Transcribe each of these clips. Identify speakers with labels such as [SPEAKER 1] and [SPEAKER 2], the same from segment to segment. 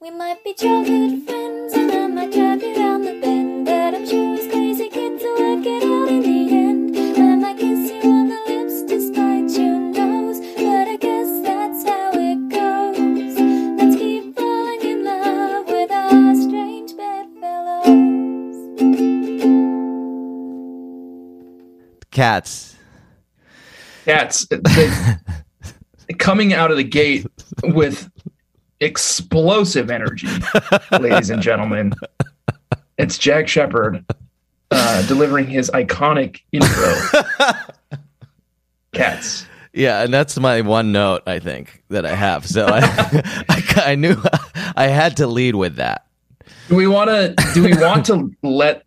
[SPEAKER 1] funny childhood friends, and I might drive you round the bend. But I'm sure as crazy kids will work it out in the end. I might kiss you on the lips despite your nose, but I guess that's how it goes. Let's keep falling in love with our strange bedfellows.
[SPEAKER 2] Cats.
[SPEAKER 3] Cats the- coming out of the gate with explosive energy, ladies and gentlemen. It's Jack Shepard uh, delivering his iconic intro. Cats.
[SPEAKER 2] Yeah, and that's my one note I think that I have. So I, I, I knew I had to lead with that.
[SPEAKER 3] Do we want to? Do we want to let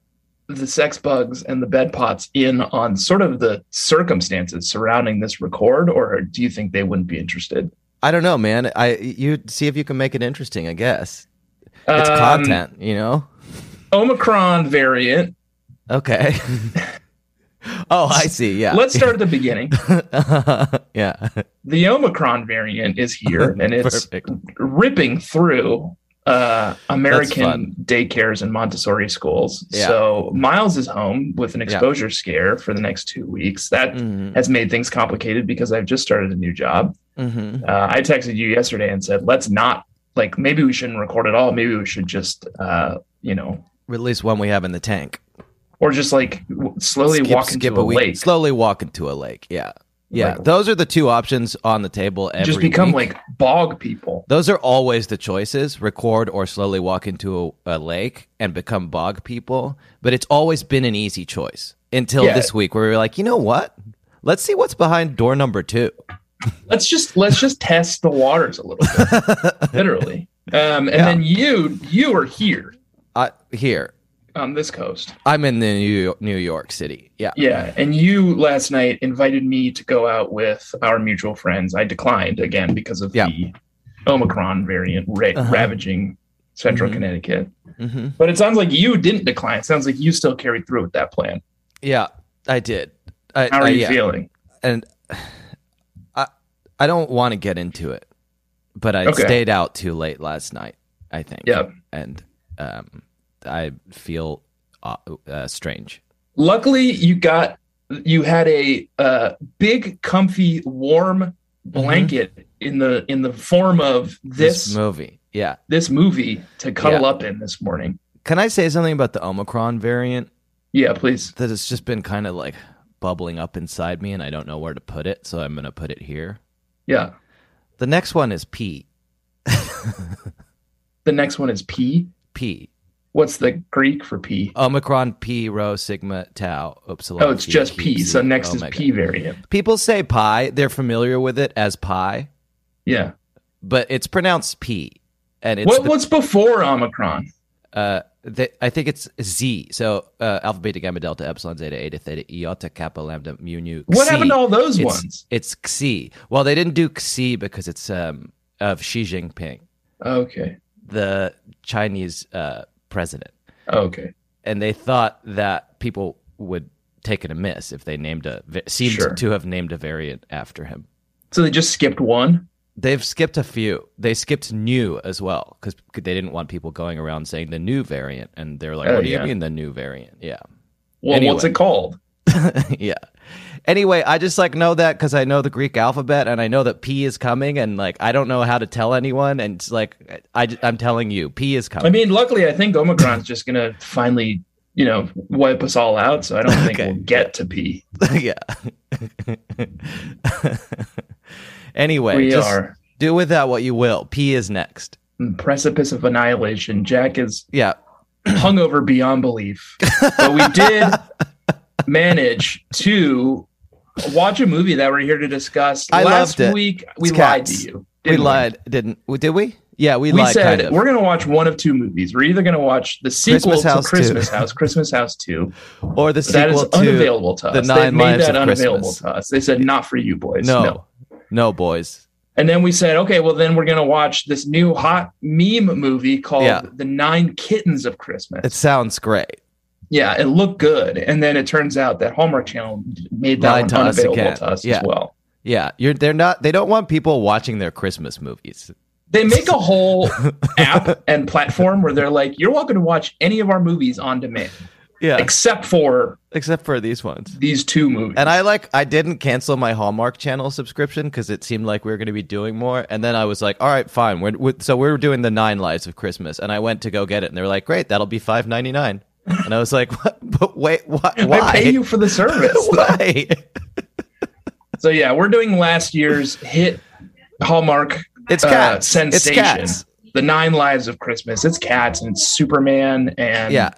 [SPEAKER 3] the sex bugs and the bed pots in on sort of the circumstances surrounding this record, or do you think they wouldn't be interested?
[SPEAKER 2] I don't know, man. I you see if you can make it interesting. I guess it's
[SPEAKER 3] Um,
[SPEAKER 2] content, you know.
[SPEAKER 3] Omicron variant.
[SPEAKER 2] Okay. oh, I see. Yeah.
[SPEAKER 3] Let's start at the beginning.
[SPEAKER 2] yeah.
[SPEAKER 3] The Omicron variant is here, and it's
[SPEAKER 2] Perfect.
[SPEAKER 3] ripping through uh,
[SPEAKER 2] fun.
[SPEAKER 3] American daycares and Montessori schools.
[SPEAKER 2] Yeah.
[SPEAKER 3] So Miles is home with an
[SPEAKER 2] Yeah.
[SPEAKER 3] exposure scare for the next two weeks. That
[SPEAKER 2] Mhm,
[SPEAKER 3] has made things complicated because I've just started a new job.
[SPEAKER 2] mhm.
[SPEAKER 3] Uh, I texted you yesterday and said, let's not, like, maybe we shouldn't record at all. Maybe we should just, uh, you know,
[SPEAKER 2] Release one we have in the tank.
[SPEAKER 3] or just like w- slowly walk into a,
[SPEAKER 2] week-
[SPEAKER 3] lake.
[SPEAKER 2] Slowly walk into a lake. Yeah. Yeah.
[SPEAKER 3] Like-
[SPEAKER 2] Those are the two options on the table every
[SPEAKER 3] just become
[SPEAKER 2] week.
[SPEAKER 3] like bog people.
[SPEAKER 2] Those are always the choices record or slowly walk into a, a lake and become bog people. But it's always been an easy choice until
[SPEAKER 3] Yeah.
[SPEAKER 2] this week where we were like, you know what? Let's see what's behind door number two.
[SPEAKER 3] let's just let's just test the waters a little bit literally um and
[SPEAKER 2] Yeah.
[SPEAKER 3] then you you are here
[SPEAKER 2] I, here,
[SPEAKER 3] on this coast
[SPEAKER 2] I'm in the New York, New York City. Yeah.
[SPEAKER 3] yeah and you last night invited me to go out with our mutual friends i declined again because of
[SPEAKER 2] Yeah.
[SPEAKER 3] the omicron variant ra-
[SPEAKER 2] Uh-huh.
[SPEAKER 3] ravaging central
[SPEAKER 2] Mhm.
[SPEAKER 3] connecticut
[SPEAKER 2] hmm
[SPEAKER 3] but it sounds like you didn't decline it sounds like you still carried through with that plan
[SPEAKER 2] Yeah. I did. I,
[SPEAKER 3] how are
[SPEAKER 2] I-
[SPEAKER 3] you
[SPEAKER 2] Uh, yeah.
[SPEAKER 3] feeling
[SPEAKER 2] and I I don't want to get into it, but I
[SPEAKER 3] Okay.
[SPEAKER 2] stayed out too late last night. I think.
[SPEAKER 3] Yeah.
[SPEAKER 2] And um, I feel uh, uh, strange.
[SPEAKER 3] luckily you got you had a uh, big comfy warm blanket in the in the form of this
[SPEAKER 2] movie. Yeah.
[SPEAKER 3] this movie to cuddle
[SPEAKER 2] Yeah.
[SPEAKER 3] up in this morning.
[SPEAKER 2] Can I say something about the Omicron variant
[SPEAKER 3] Yeah, please.
[SPEAKER 2] that has just been kind of like bubbling up inside me, and I don't know where to put it, so I'm gonna put it here.
[SPEAKER 3] Yeah.
[SPEAKER 2] The next one is P.
[SPEAKER 3] The next one is P.
[SPEAKER 2] P.
[SPEAKER 3] What's the Greek for P?
[SPEAKER 2] Omicron P rho sigma tau upsilon.
[SPEAKER 3] Oh, it's
[SPEAKER 2] phi,
[SPEAKER 3] just
[SPEAKER 2] phi,
[SPEAKER 3] P. So
[SPEAKER 2] psi,
[SPEAKER 3] next is
[SPEAKER 2] omega.
[SPEAKER 3] P variant.
[SPEAKER 2] People say pi. They're familiar with it as pi,
[SPEAKER 3] Yeah.
[SPEAKER 2] but it's pronounced p. And it's
[SPEAKER 3] What
[SPEAKER 2] the,
[SPEAKER 3] what's before Omicron?
[SPEAKER 2] uh, the, I think it's z. So uh, alpha, beta, gamma, delta, epsilon, zeta, eta, theta, iota, kappa, lambda, mu, nu.
[SPEAKER 3] What
[SPEAKER 2] xi.
[SPEAKER 3] happened to all those
[SPEAKER 2] it's,
[SPEAKER 3] ones?
[SPEAKER 2] It's xi. Well, they didn't do xi because it's um, of Xi Jinping,
[SPEAKER 3] Okay.
[SPEAKER 2] the Chinese uh, president,
[SPEAKER 3] Okay.
[SPEAKER 2] and they thought that people would take it amiss if they named a va- seemed
[SPEAKER 3] Sure.
[SPEAKER 2] to have named a variant after him.
[SPEAKER 3] So they just skipped one.
[SPEAKER 2] They've skipped a few. They skipped new as well because they didn't want people going around saying the new variant, and they're like,
[SPEAKER 3] Oh,
[SPEAKER 2] "What do
[SPEAKER 3] yeah.
[SPEAKER 2] you mean the new variant?" Yeah,
[SPEAKER 3] Well,
[SPEAKER 2] Anyway.
[SPEAKER 3] what's it called?
[SPEAKER 2] yeah. Anyway, I just like know that because I know the Greek alphabet and I know that P is coming, and like I don't know how to tell anyone, and it's like I, am telling you, P is
[SPEAKER 3] I
[SPEAKER 2] coming.
[SPEAKER 3] mean, luckily, I think Omicron's just gonna finally, you know, wipe us all out. So I don't think
[SPEAKER 2] Okay.
[SPEAKER 3] we'll get to P.
[SPEAKER 2] yeah. anyway,
[SPEAKER 3] we
[SPEAKER 2] just
[SPEAKER 3] are
[SPEAKER 2] do with that what you will. P is next.
[SPEAKER 3] on the precipice of annihilation. Jack is
[SPEAKER 2] Yeah,
[SPEAKER 3] hungover beyond belief. But we did manage to watch a movie that we're here to discuss.
[SPEAKER 2] I
[SPEAKER 3] Last
[SPEAKER 2] loved it.
[SPEAKER 3] week we
[SPEAKER 2] It's
[SPEAKER 3] lied
[SPEAKER 2] Cats.
[SPEAKER 3] to you.
[SPEAKER 2] we
[SPEAKER 3] didn't
[SPEAKER 2] lied, didn't we? Did we? Yeah, we,
[SPEAKER 3] We
[SPEAKER 2] lied.
[SPEAKER 3] said
[SPEAKER 2] kind of.
[SPEAKER 3] we're going to watch one of two movies. We're either going to watch the sequel
[SPEAKER 2] Christmas
[SPEAKER 3] to
[SPEAKER 2] House 2.
[SPEAKER 3] Christmas House, Christmas House 2.
[SPEAKER 2] or the
[SPEAKER 3] But that is
[SPEAKER 2] sequel to
[SPEAKER 3] unavailable to us.
[SPEAKER 2] The
[SPEAKER 3] They've
[SPEAKER 2] Nine
[SPEAKER 3] made
[SPEAKER 2] Lives
[SPEAKER 3] that
[SPEAKER 2] of
[SPEAKER 3] unavailable
[SPEAKER 2] Christmas.
[SPEAKER 3] to us. They said, not for you boys.
[SPEAKER 2] no, no, boys.
[SPEAKER 3] And then we said, okay, well, then we're going to watch this new hot meme movie called
[SPEAKER 2] Yeah.
[SPEAKER 3] The Nine Kittens of Christmas.
[SPEAKER 2] It sounds great.
[SPEAKER 3] yeah, it looked good, and then it turns out that Hallmark Channel made that
[SPEAKER 2] Lied
[SPEAKER 3] one
[SPEAKER 2] to us
[SPEAKER 3] unavailable
[SPEAKER 2] again.
[SPEAKER 3] to us
[SPEAKER 2] Yeah.
[SPEAKER 3] as well.
[SPEAKER 2] Yeah, you're. They're not. They don't want people watching their Christmas movies.
[SPEAKER 3] They make a whole app and platform where they're like, you're welcome to watch any of our movies on demand,
[SPEAKER 2] Yeah,
[SPEAKER 3] except for
[SPEAKER 2] except for these ones.
[SPEAKER 3] these two movies.
[SPEAKER 2] And I like I didn't cancel my Hallmark Channel subscription because it seemed like we were going to be doing more. And then I was like, all right, fine. We're, we so we were doing the Nine Lives of Christmas, and I went to go get it, and they were like, great, that'll be five ninety nine. And I was like, what? but wait, what?
[SPEAKER 3] They
[SPEAKER 2] Why?
[SPEAKER 3] pay you for the service.
[SPEAKER 2] why?
[SPEAKER 3] so yeah, we're doing last year's hit Hallmark
[SPEAKER 2] It's
[SPEAKER 3] uh,
[SPEAKER 2] cats. It's
[SPEAKER 3] sensation.
[SPEAKER 2] cats.
[SPEAKER 3] The Nine Lives of Christmas. It's cats and it's Superman and
[SPEAKER 2] Yeah.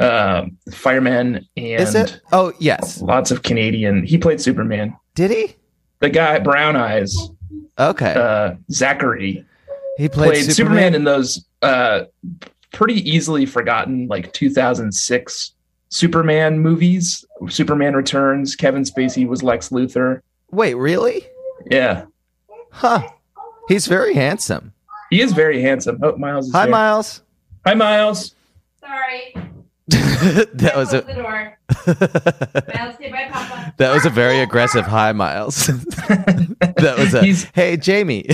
[SPEAKER 3] um, firemen and
[SPEAKER 2] Is it? Oh yes.
[SPEAKER 3] lots of Canadian. He played Superman.
[SPEAKER 2] Did he?
[SPEAKER 3] The guy Brown Eyes,
[SPEAKER 2] Okay.
[SPEAKER 3] uh, Zachary,
[SPEAKER 2] he played,
[SPEAKER 3] played, Superman. in those uh, pretty easily forgotten like 2006 Superman movies. Superman Returns. Kevin Spacey was Lex Luthor.
[SPEAKER 2] Wait, really?
[SPEAKER 3] Yeah,
[SPEAKER 2] Huh. He's very handsome.
[SPEAKER 3] he is very handsome. Oh, Miles. Is
[SPEAKER 2] Hi,
[SPEAKER 3] there.
[SPEAKER 2] Miles.
[SPEAKER 3] Hi, Miles.
[SPEAKER 4] Sorry.
[SPEAKER 2] that was
[SPEAKER 4] Close
[SPEAKER 2] a
[SPEAKER 4] the door. Miles, say bye, Papa.
[SPEAKER 2] that was a very aggressive hi, Miles. that was a
[SPEAKER 3] He's-
[SPEAKER 2] hey, Jamie.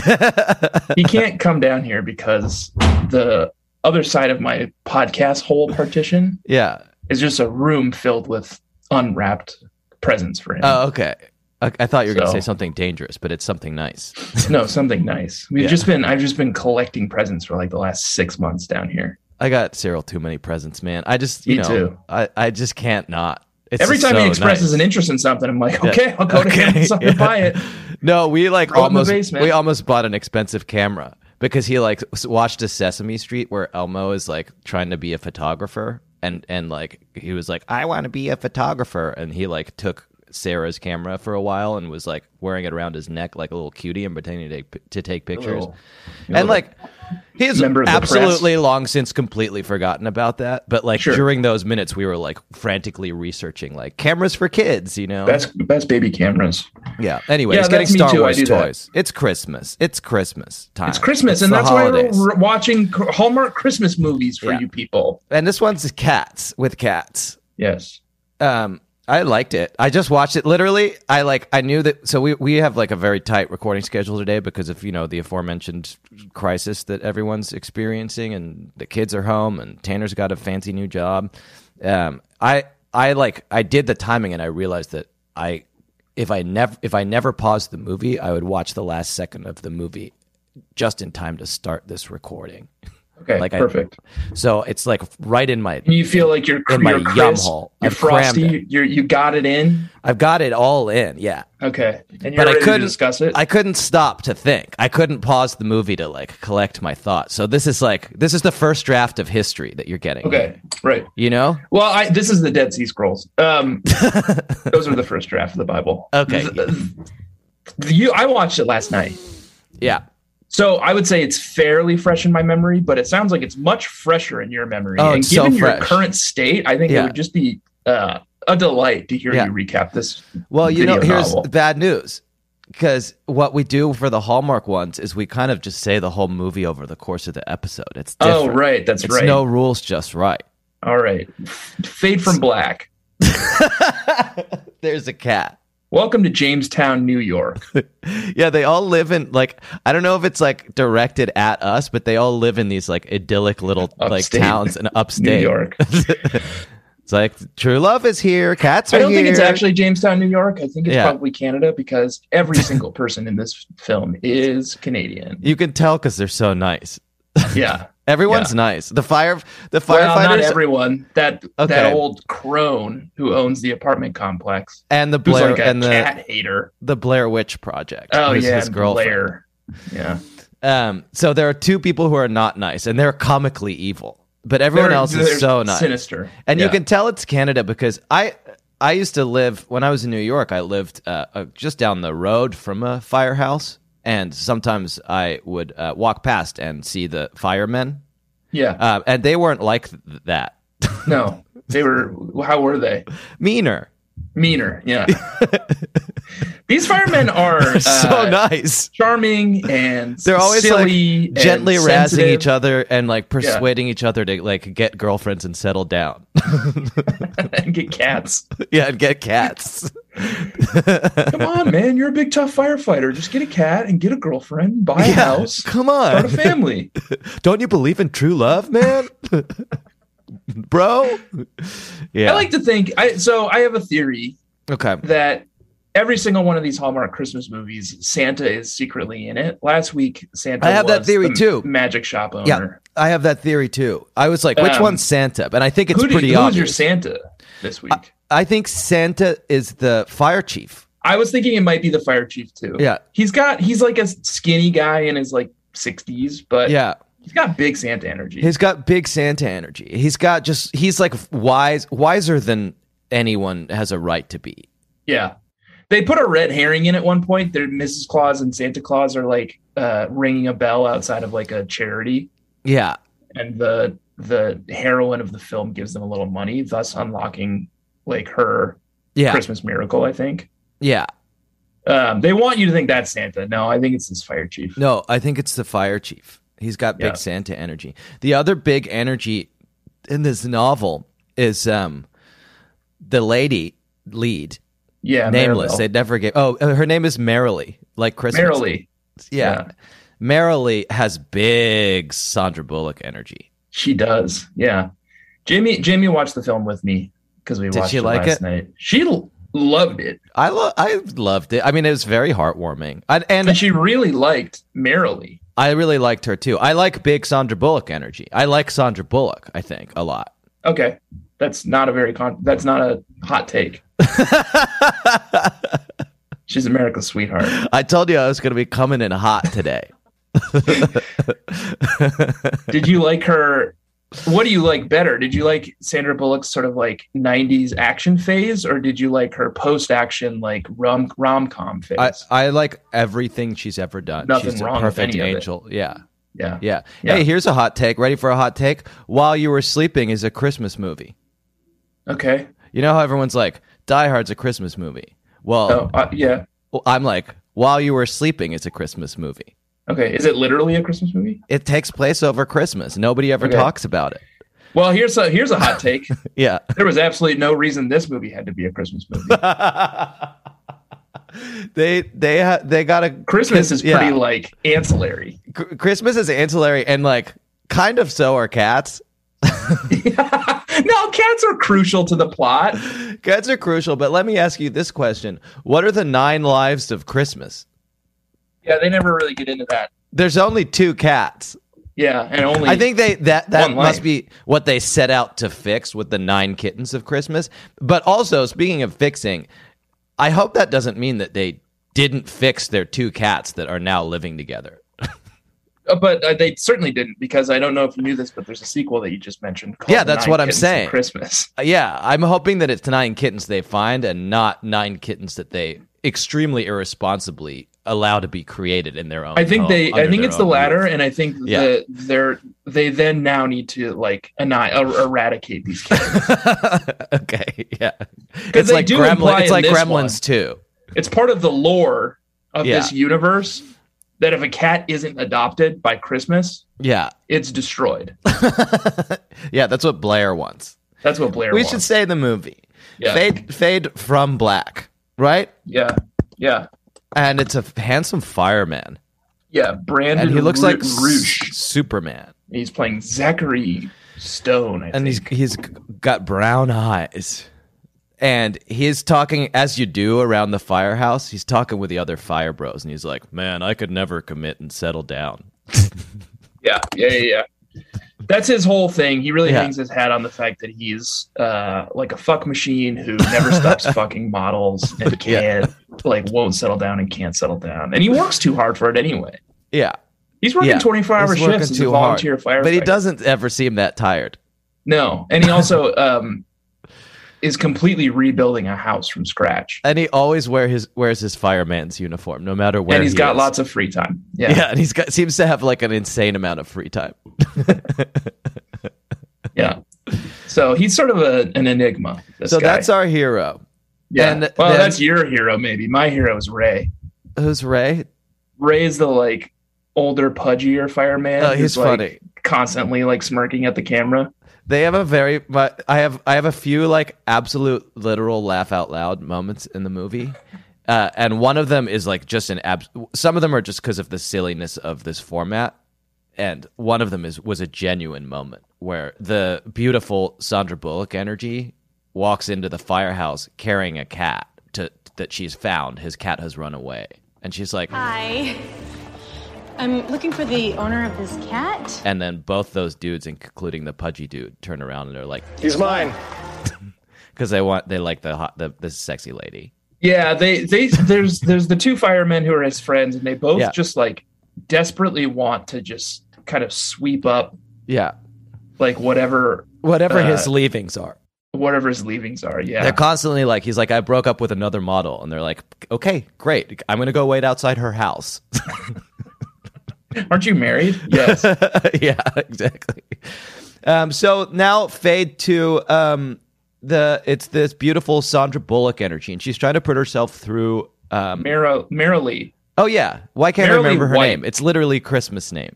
[SPEAKER 3] he can't come down here because the other side of my podcast whole partition
[SPEAKER 2] yeah.
[SPEAKER 3] is just a room filled with unwrapped presents for him.
[SPEAKER 2] Oh, okay. I, I thought you were going to
[SPEAKER 3] So-
[SPEAKER 2] say something dangerous, but it's something nice.
[SPEAKER 3] no, something nice. We've
[SPEAKER 2] Yeah.
[SPEAKER 3] just been I've just been collecting presents for like the last six months down here.
[SPEAKER 2] I got Cyril too many presents, man. I just you
[SPEAKER 3] Me
[SPEAKER 2] know
[SPEAKER 3] too.
[SPEAKER 2] I I just can't not. It's
[SPEAKER 3] Every
[SPEAKER 2] just
[SPEAKER 3] time
[SPEAKER 2] so
[SPEAKER 3] he expresses
[SPEAKER 2] nice.
[SPEAKER 3] an interest in something, I'm like,
[SPEAKER 2] Yeah.
[SPEAKER 3] okay, I'll go to him.
[SPEAKER 2] Okay,
[SPEAKER 3] So
[SPEAKER 2] yeah.
[SPEAKER 3] buy it.
[SPEAKER 2] No, we like
[SPEAKER 3] Throw it in the
[SPEAKER 2] almost
[SPEAKER 3] basement.
[SPEAKER 2] we almost bought an expensive camera because he like s- watched a Sesame Street where Elmo is like trying to be a photographer and and like he was like I want to be a photographer and he like took Sarah's camera for a while and was like wearing it around his neck like a little cutie and pretending to take, to take pictures.
[SPEAKER 3] Little-
[SPEAKER 2] and like he's
[SPEAKER 3] member of the press.
[SPEAKER 2] absolutely long since completely forgotten about that, but like
[SPEAKER 3] Sure.
[SPEAKER 2] during those minutes we were like frantically researching like cameras for kids, you know.
[SPEAKER 3] Best best baby cameras.
[SPEAKER 2] Yeah. Anyway,
[SPEAKER 3] Yeah,
[SPEAKER 2] it's getting
[SPEAKER 3] that's me
[SPEAKER 2] Star
[SPEAKER 3] too. I
[SPEAKER 2] Wars
[SPEAKER 3] do that.
[SPEAKER 2] toys. It's Christmas. It's Christmas time.
[SPEAKER 3] It's Christmas, and
[SPEAKER 2] the
[SPEAKER 3] that's
[SPEAKER 2] holidays.
[SPEAKER 3] why we're watching Hallmark Christmas movies for
[SPEAKER 2] Yeah.
[SPEAKER 3] you people.
[SPEAKER 2] And this one's cats with cats.
[SPEAKER 3] Yes.
[SPEAKER 2] Um, I liked it. I just watched it. Literally, I like. I knew that. So we we have like a very tight recording schedule today because of you know the aforementioned crisis that everyone's experiencing, and the kids are home, and Tanner's got a fancy new job. Um, I I like I did the timing, and I realized that I if I never if I never paused the movie, I would watch the last second of the movie just in time to start this recording.
[SPEAKER 3] Okay.
[SPEAKER 2] Like I-
[SPEAKER 3] perfect.
[SPEAKER 2] So it's like right in my
[SPEAKER 3] you feel like you're,
[SPEAKER 2] In
[SPEAKER 3] you're
[SPEAKER 2] my
[SPEAKER 3] crisp,
[SPEAKER 2] yum hole.
[SPEAKER 3] you're
[SPEAKER 2] I've crammed
[SPEAKER 3] frosty, you're, you got it in.
[SPEAKER 2] I've got it all in. Yeah.
[SPEAKER 3] Okay. And you're
[SPEAKER 2] But I
[SPEAKER 3] ready
[SPEAKER 2] couldn't-
[SPEAKER 3] to discuss it.
[SPEAKER 2] I couldn't stop to think. I couldn't pause the movie to like collect my thoughts. So this is like this is the first draft of history that you're getting.
[SPEAKER 3] okay. Right.
[SPEAKER 2] You know?
[SPEAKER 3] Well, I, this is the Dead Sea Scrolls. Um, those are the first draft of the Bible.
[SPEAKER 2] Okay.
[SPEAKER 3] The- you, I watched it last night.
[SPEAKER 2] Yeah.
[SPEAKER 3] So I would say it's fairly fresh in my memory, but it sounds like it's much fresher in your memory.
[SPEAKER 2] Oh,
[SPEAKER 3] and
[SPEAKER 2] it's so
[SPEAKER 3] given your
[SPEAKER 2] fresh.
[SPEAKER 3] current state, I think
[SPEAKER 2] Yeah.
[SPEAKER 3] it would just be uh, a delight to hear
[SPEAKER 2] Yeah.
[SPEAKER 3] you recap this.
[SPEAKER 2] Well, you know,
[SPEAKER 3] Video
[SPEAKER 2] here's
[SPEAKER 3] novel.
[SPEAKER 2] bad news. Because what we do for the Hallmark ones is we kind of just say the whole movie over the course of the episode. It's different.
[SPEAKER 3] Oh, right. That's
[SPEAKER 2] It's
[SPEAKER 3] right.
[SPEAKER 2] no rules, just right.
[SPEAKER 3] All right. Fade from black.
[SPEAKER 2] There's a cat.
[SPEAKER 3] Welcome to Jamestown, New York.
[SPEAKER 2] yeah, they all live in like I don't know if it's like directed at us, but they all live in these like idyllic little like
[SPEAKER 3] Upstate.
[SPEAKER 2] towns in
[SPEAKER 3] New
[SPEAKER 2] upstate.
[SPEAKER 3] York.
[SPEAKER 2] it's like true love is here. Cats are
[SPEAKER 3] I don't
[SPEAKER 2] here.
[SPEAKER 3] think it's actually Jamestown, New York. I think it's
[SPEAKER 2] Yeah.
[SPEAKER 3] probably Canada because every single person in this film is Canadian.
[SPEAKER 2] You can tell because they're so nice.
[SPEAKER 3] Yeah.
[SPEAKER 2] Everyone's nice. The fire, the firefighters,
[SPEAKER 3] Well, not everyone. That
[SPEAKER 2] Okay.
[SPEAKER 3] that old crone who owns the apartment complex,
[SPEAKER 2] and the
[SPEAKER 3] who's
[SPEAKER 2] Blair
[SPEAKER 3] like a
[SPEAKER 2] and the
[SPEAKER 3] cat hater.
[SPEAKER 2] the Blair Witch Project.
[SPEAKER 3] Oh
[SPEAKER 2] who's
[SPEAKER 3] yeah,
[SPEAKER 2] his girlfriend.
[SPEAKER 3] Blair. Yeah,
[SPEAKER 2] Um, so there are two people who are not nice, and they're comically evil. But everyone
[SPEAKER 3] They're-
[SPEAKER 2] else
[SPEAKER 3] they're
[SPEAKER 2] is so nice.
[SPEAKER 3] sinister.
[SPEAKER 2] and you
[SPEAKER 3] Yeah.
[SPEAKER 2] can tell it's Canada because I I used to live when I was in New York. I lived uh, uh, just down the road from a firehouse, and sometimes I would uh, walk past and see the firemen,
[SPEAKER 3] yeah,
[SPEAKER 2] uh, and they weren't like th- that
[SPEAKER 3] no, they were. How were they?
[SPEAKER 2] meaner.
[SPEAKER 3] Meaner. Yeah, These firemen are
[SPEAKER 2] so
[SPEAKER 3] uh,
[SPEAKER 2] nice.
[SPEAKER 3] charming and
[SPEAKER 2] They're always, like,
[SPEAKER 3] silly and
[SPEAKER 2] Gently razzing
[SPEAKER 3] sensitive.
[SPEAKER 2] each other and like persuading each other to like get girlfriends and settle down.
[SPEAKER 3] and get cats.
[SPEAKER 2] yeah, and get cats.
[SPEAKER 3] Come on, man, you're a big tough firefighter. Just get a cat and get a girlfriend, buy a
[SPEAKER 2] Yeah,
[SPEAKER 3] house,
[SPEAKER 2] Come
[SPEAKER 3] start a
[SPEAKER 2] on.
[SPEAKER 3] family.
[SPEAKER 2] Don't you believe in true love, man? Bro? Yeah.
[SPEAKER 3] I like to think. I so I have a theory
[SPEAKER 2] okay.
[SPEAKER 3] that every single one of these Hallmark Christmas movies, Santa is secretly in it. Last week, Santa.
[SPEAKER 2] I have that
[SPEAKER 3] was
[SPEAKER 2] theory
[SPEAKER 3] the
[SPEAKER 2] too.
[SPEAKER 3] Magic shop
[SPEAKER 2] Yeah.
[SPEAKER 3] owner.
[SPEAKER 2] I have that theory too. I was like, which
[SPEAKER 3] Um,
[SPEAKER 2] one's Santa? And I think it's
[SPEAKER 3] Who do you-
[SPEAKER 2] pretty
[SPEAKER 3] who's your
[SPEAKER 2] obvious.
[SPEAKER 3] Santa this week?
[SPEAKER 2] I think Santa is the fire chief.
[SPEAKER 3] I was thinking it might be the fire chief too.
[SPEAKER 2] Yeah.
[SPEAKER 3] he's got he's like a skinny guy in his like 60s, but
[SPEAKER 2] Yeah.
[SPEAKER 3] he's got big Santa energy.
[SPEAKER 2] He's got big Santa energy. He's got just he's like wise wiser than anyone has a right to be.
[SPEAKER 3] Yeah. They put a red herring in at one point. Their Mrs. Claus and Santa Claus are like uh, ringing a bell outside of like a charity,
[SPEAKER 2] Yeah.
[SPEAKER 3] and the the heroine of the film gives them a little money, thus unlocking like her
[SPEAKER 2] Yeah.
[SPEAKER 3] Christmas miracle. I think
[SPEAKER 2] Yeah.
[SPEAKER 3] um, they want you to think that's Santa. No, I think it's this fire chief.
[SPEAKER 2] No, I think it's the fire chief. He's got big
[SPEAKER 3] Yeah.
[SPEAKER 2] Santa energy. The other big energy in this novel is um the lady lead
[SPEAKER 3] Yeah,
[SPEAKER 2] nameless. They
[SPEAKER 3] Maribel.
[SPEAKER 2] never gave. Oh, her name is Merrily, like Christmas.
[SPEAKER 3] Merrily.
[SPEAKER 2] yeah.
[SPEAKER 3] yeah.
[SPEAKER 2] Merrily has big Sandra Bullock energy.
[SPEAKER 3] She does. Yeah. Jamie Jamie watched the film with me because we
[SPEAKER 2] Did
[SPEAKER 3] watched
[SPEAKER 2] she
[SPEAKER 3] it
[SPEAKER 2] like
[SPEAKER 3] last
[SPEAKER 2] it?
[SPEAKER 3] night. She l- loved it,
[SPEAKER 2] I lo- I loved it. I mean, it was very heartwarming, I,
[SPEAKER 3] and
[SPEAKER 2] and
[SPEAKER 3] she really liked Merrily.
[SPEAKER 2] I really liked her too. I like big Sandra Bullock energy. I like Sandra Bullock. I think a lot.
[SPEAKER 3] Okay. That's not a very con that's not a hot take. She's America's sweetheart.
[SPEAKER 2] I told you I was going to be coming in hot today.
[SPEAKER 3] Did you like her what do you like better? Did you like Sandra Bullock's sort of like 90s action phase or did you like her post-action like rom rom-com phase?
[SPEAKER 2] I, I like everything she's ever done.
[SPEAKER 3] Nothing
[SPEAKER 2] she's
[SPEAKER 3] wrong
[SPEAKER 2] a
[SPEAKER 3] with
[SPEAKER 2] perfect
[SPEAKER 3] any of it.
[SPEAKER 2] angel. Yeah,
[SPEAKER 3] yeah.
[SPEAKER 2] yeah,
[SPEAKER 3] Yeah.
[SPEAKER 2] Hey, here's a hot take. Ready for a hot take? While You Were Sleeping is a Christmas movie.
[SPEAKER 3] Okay.
[SPEAKER 2] You know how everyone's like, Die Hard's a Christmas movie.
[SPEAKER 3] Oh,
[SPEAKER 2] Well,
[SPEAKER 3] uh, yeah.
[SPEAKER 2] I'm like, While You Were Sleeping is a Christmas movie.
[SPEAKER 3] Okay. Is it literally a Christmas movie?
[SPEAKER 2] It takes place over Christmas. Nobody ever
[SPEAKER 3] Okay.
[SPEAKER 2] talks about it.
[SPEAKER 3] Well, here's a here's a hot take.
[SPEAKER 2] Yeah.
[SPEAKER 3] there was absolutely no reason this movie had to be a Christmas movie.
[SPEAKER 2] they they ha- they got a
[SPEAKER 3] Christmas is
[SPEAKER 2] Yeah.
[SPEAKER 3] pretty like ancillary.
[SPEAKER 2] Cr- Christmas is ancillary and like kind of so are cats.
[SPEAKER 3] no, cats are crucial to the plot.
[SPEAKER 2] Cats are crucial, but let me ask you this question. What are the nine lives of Christmas?
[SPEAKER 3] Yeah, they never really get into that.
[SPEAKER 2] There's only two cats.
[SPEAKER 3] Yeah, and only
[SPEAKER 2] I think they that that
[SPEAKER 3] One
[SPEAKER 2] must
[SPEAKER 3] life.
[SPEAKER 2] be what they set out to fix with the nine kittens of Christmas. But also, speaking of fixing, I hope that doesn't mean that they didn't fix their two cats that are now living together.
[SPEAKER 3] Uh, but uh, they certainly didn't because I don't know if you knew this, but there's a sequel that you just mentioned. Called
[SPEAKER 2] Yeah, that's
[SPEAKER 3] Nine
[SPEAKER 2] what I'm
[SPEAKER 3] Kittens of
[SPEAKER 2] saying.
[SPEAKER 3] Christmas.
[SPEAKER 2] Uh, Yeah, I'm hoping that it's nine kittens they find and not nine kittens that they extremely irresponsibly allow to be created in their own.
[SPEAKER 3] I think
[SPEAKER 2] home
[SPEAKER 3] they. I
[SPEAKER 2] Oh, under
[SPEAKER 3] think
[SPEAKER 2] their
[SPEAKER 3] it's the
[SPEAKER 2] own
[SPEAKER 3] latter,
[SPEAKER 2] roof.
[SPEAKER 3] and I think
[SPEAKER 2] Yeah.
[SPEAKER 3] the, they're they then now need to like anni- er- eradicate these kids.
[SPEAKER 2] okay, yeah. It's
[SPEAKER 3] they
[SPEAKER 2] like
[SPEAKER 3] do
[SPEAKER 2] Gremlin,
[SPEAKER 3] imply
[SPEAKER 2] it's
[SPEAKER 3] in
[SPEAKER 2] like
[SPEAKER 3] this
[SPEAKER 2] Gremlins too.
[SPEAKER 3] it's part of the lore of
[SPEAKER 2] Yeah.
[SPEAKER 3] this universe that if a cat isn't adopted by Christmas,
[SPEAKER 2] Yeah.
[SPEAKER 3] it's destroyed.
[SPEAKER 2] yeah, that's what Blair wants.
[SPEAKER 3] That's what Blair.
[SPEAKER 2] we
[SPEAKER 3] wants.
[SPEAKER 2] should say the movie.
[SPEAKER 3] Yeah.
[SPEAKER 2] Fade Fade from Black, right?
[SPEAKER 3] Yeah, yeah,
[SPEAKER 2] And it's a handsome fireman.
[SPEAKER 3] yeah. Brandon.
[SPEAKER 2] And he looks
[SPEAKER 3] Ru-
[SPEAKER 2] like S-
[SPEAKER 3] Roosh.
[SPEAKER 2] Superman.
[SPEAKER 3] He's playing Zachary Stone. I
[SPEAKER 2] and
[SPEAKER 3] think.
[SPEAKER 2] he's he's got brown eyes and he's talking as you do around the firehouse he's talking with the other fire bros and he's like man i could never commit and settle down
[SPEAKER 3] Yeah, yeah, yeah. yeah. That's his whole thing. He really
[SPEAKER 2] Yeah.
[SPEAKER 3] hangs his hat on the fact that he's uh, like a fuck machine who never stops fucking models and can't, like, won't settle down and can't settle down. And he works too hard for it anyway.
[SPEAKER 2] yeah
[SPEAKER 3] He's working
[SPEAKER 2] Yeah.
[SPEAKER 3] 24 hour
[SPEAKER 2] He's working
[SPEAKER 3] shifts as a
[SPEAKER 2] too hard.
[SPEAKER 3] volunteer firefighter.
[SPEAKER 2] but he doesn't ever seem that tired
[SPEAKER 3] No. And he also um, is completely rebuilding a house from scratch.
[SPEAKER 2] and he always wear his wears his fireman's uniform no matter where
[SPEAKER 3] and he's
[SPEAKER 2] he
[SPEAKER 3] got
[SPEAKER 2] is.
[SPEAKER 3] lots of free time.
[SPEAKER 2] yeah.
[SPEAKER 3] Yeah.
[SPEAKER 2] and he's got seems to have like an insane amount of free time
[SPEAKER 3] Yeah. So he's sort of a, an enigma. This
[SPEAKER 2] so
[SPEAKER 3] guy.
[SPEAKER 2] that's our hero
[SPEAKER 3] Yeah.
[SPEAKER 2] And
[SPEAKER 3] well,
[SPEAKER 2] then-
[SPEAKER 3] that's your hero, maybe. My hero is Ray.
[SPEAKER 2] Who's Ray?
[SPEAKER 3] Ray is the like older, pudgier fireman.
[SPEAKER 2] Oh,
[SPEAKER 3] who's,
[SPEAKER 2] he's
[SPEAKER 3] like,
[SPEAKER 2] funny.
[SPEAKER 3] Constantly like smirking at the camera.
[SPEAKER 2] They have a very. mu- I have. I have a few like absolute literal laugh out loud moments in the movie, uh, and one of them is like just an abs. Some of them are just because of the silliness of this format, and one of them is was a genuine moment where the beautiful Sandra Bullock energy walks into the firehouse carrying a cat to that she's found. His cat has run away, and she's like,
[SPEAKER 5] Hi. I'm looking for the owner of this cat.
[SPEAKER 2] and then both those dudes, including the pudgy dude, turn around and they're like,
[SPEAKER 6] He's mine.
[SPEAKER 2] because they want they like the hot the, the sexy lady.
[SPEAKER 3] Yeah, they they there's there's the two firemen who are his friends, and they both
[SPEAKER 2] Yeah.
[SPEAKER 3] just like desperately want to just kind of sweep up
[SPEAKER 2] Yeah,
[SPEAKER 3] like whatever
[SPEAKER 2] whatever
[SPEAKER 3] Uh,
[SPEAKER 2] his leavings are,
[SPEAKER 3] whatever his leavings are. Yeah.
[SPEAKER 2] they're constantly like he's like I broke up with another model, and they're like, okay, great, I'm gonna go wait outside her house.
[SPEAKER 3] Aren't you married? Yes.
[SPEAKER 2] yeah, exactly. Um, so now fade to um, the it's this beautiful Sandra Bullock energy, and she's trying to put herself through. Um,
[SPEAKER 3] Merrill Merrily.
[SPEAKER 2] oh yeah, why can't I
[SPEAKER 3] Merrily
[SPEAKER 2] remember her
[SPEAKER 3] White.
[SPEAKER 2] name? It's literally Christmas name.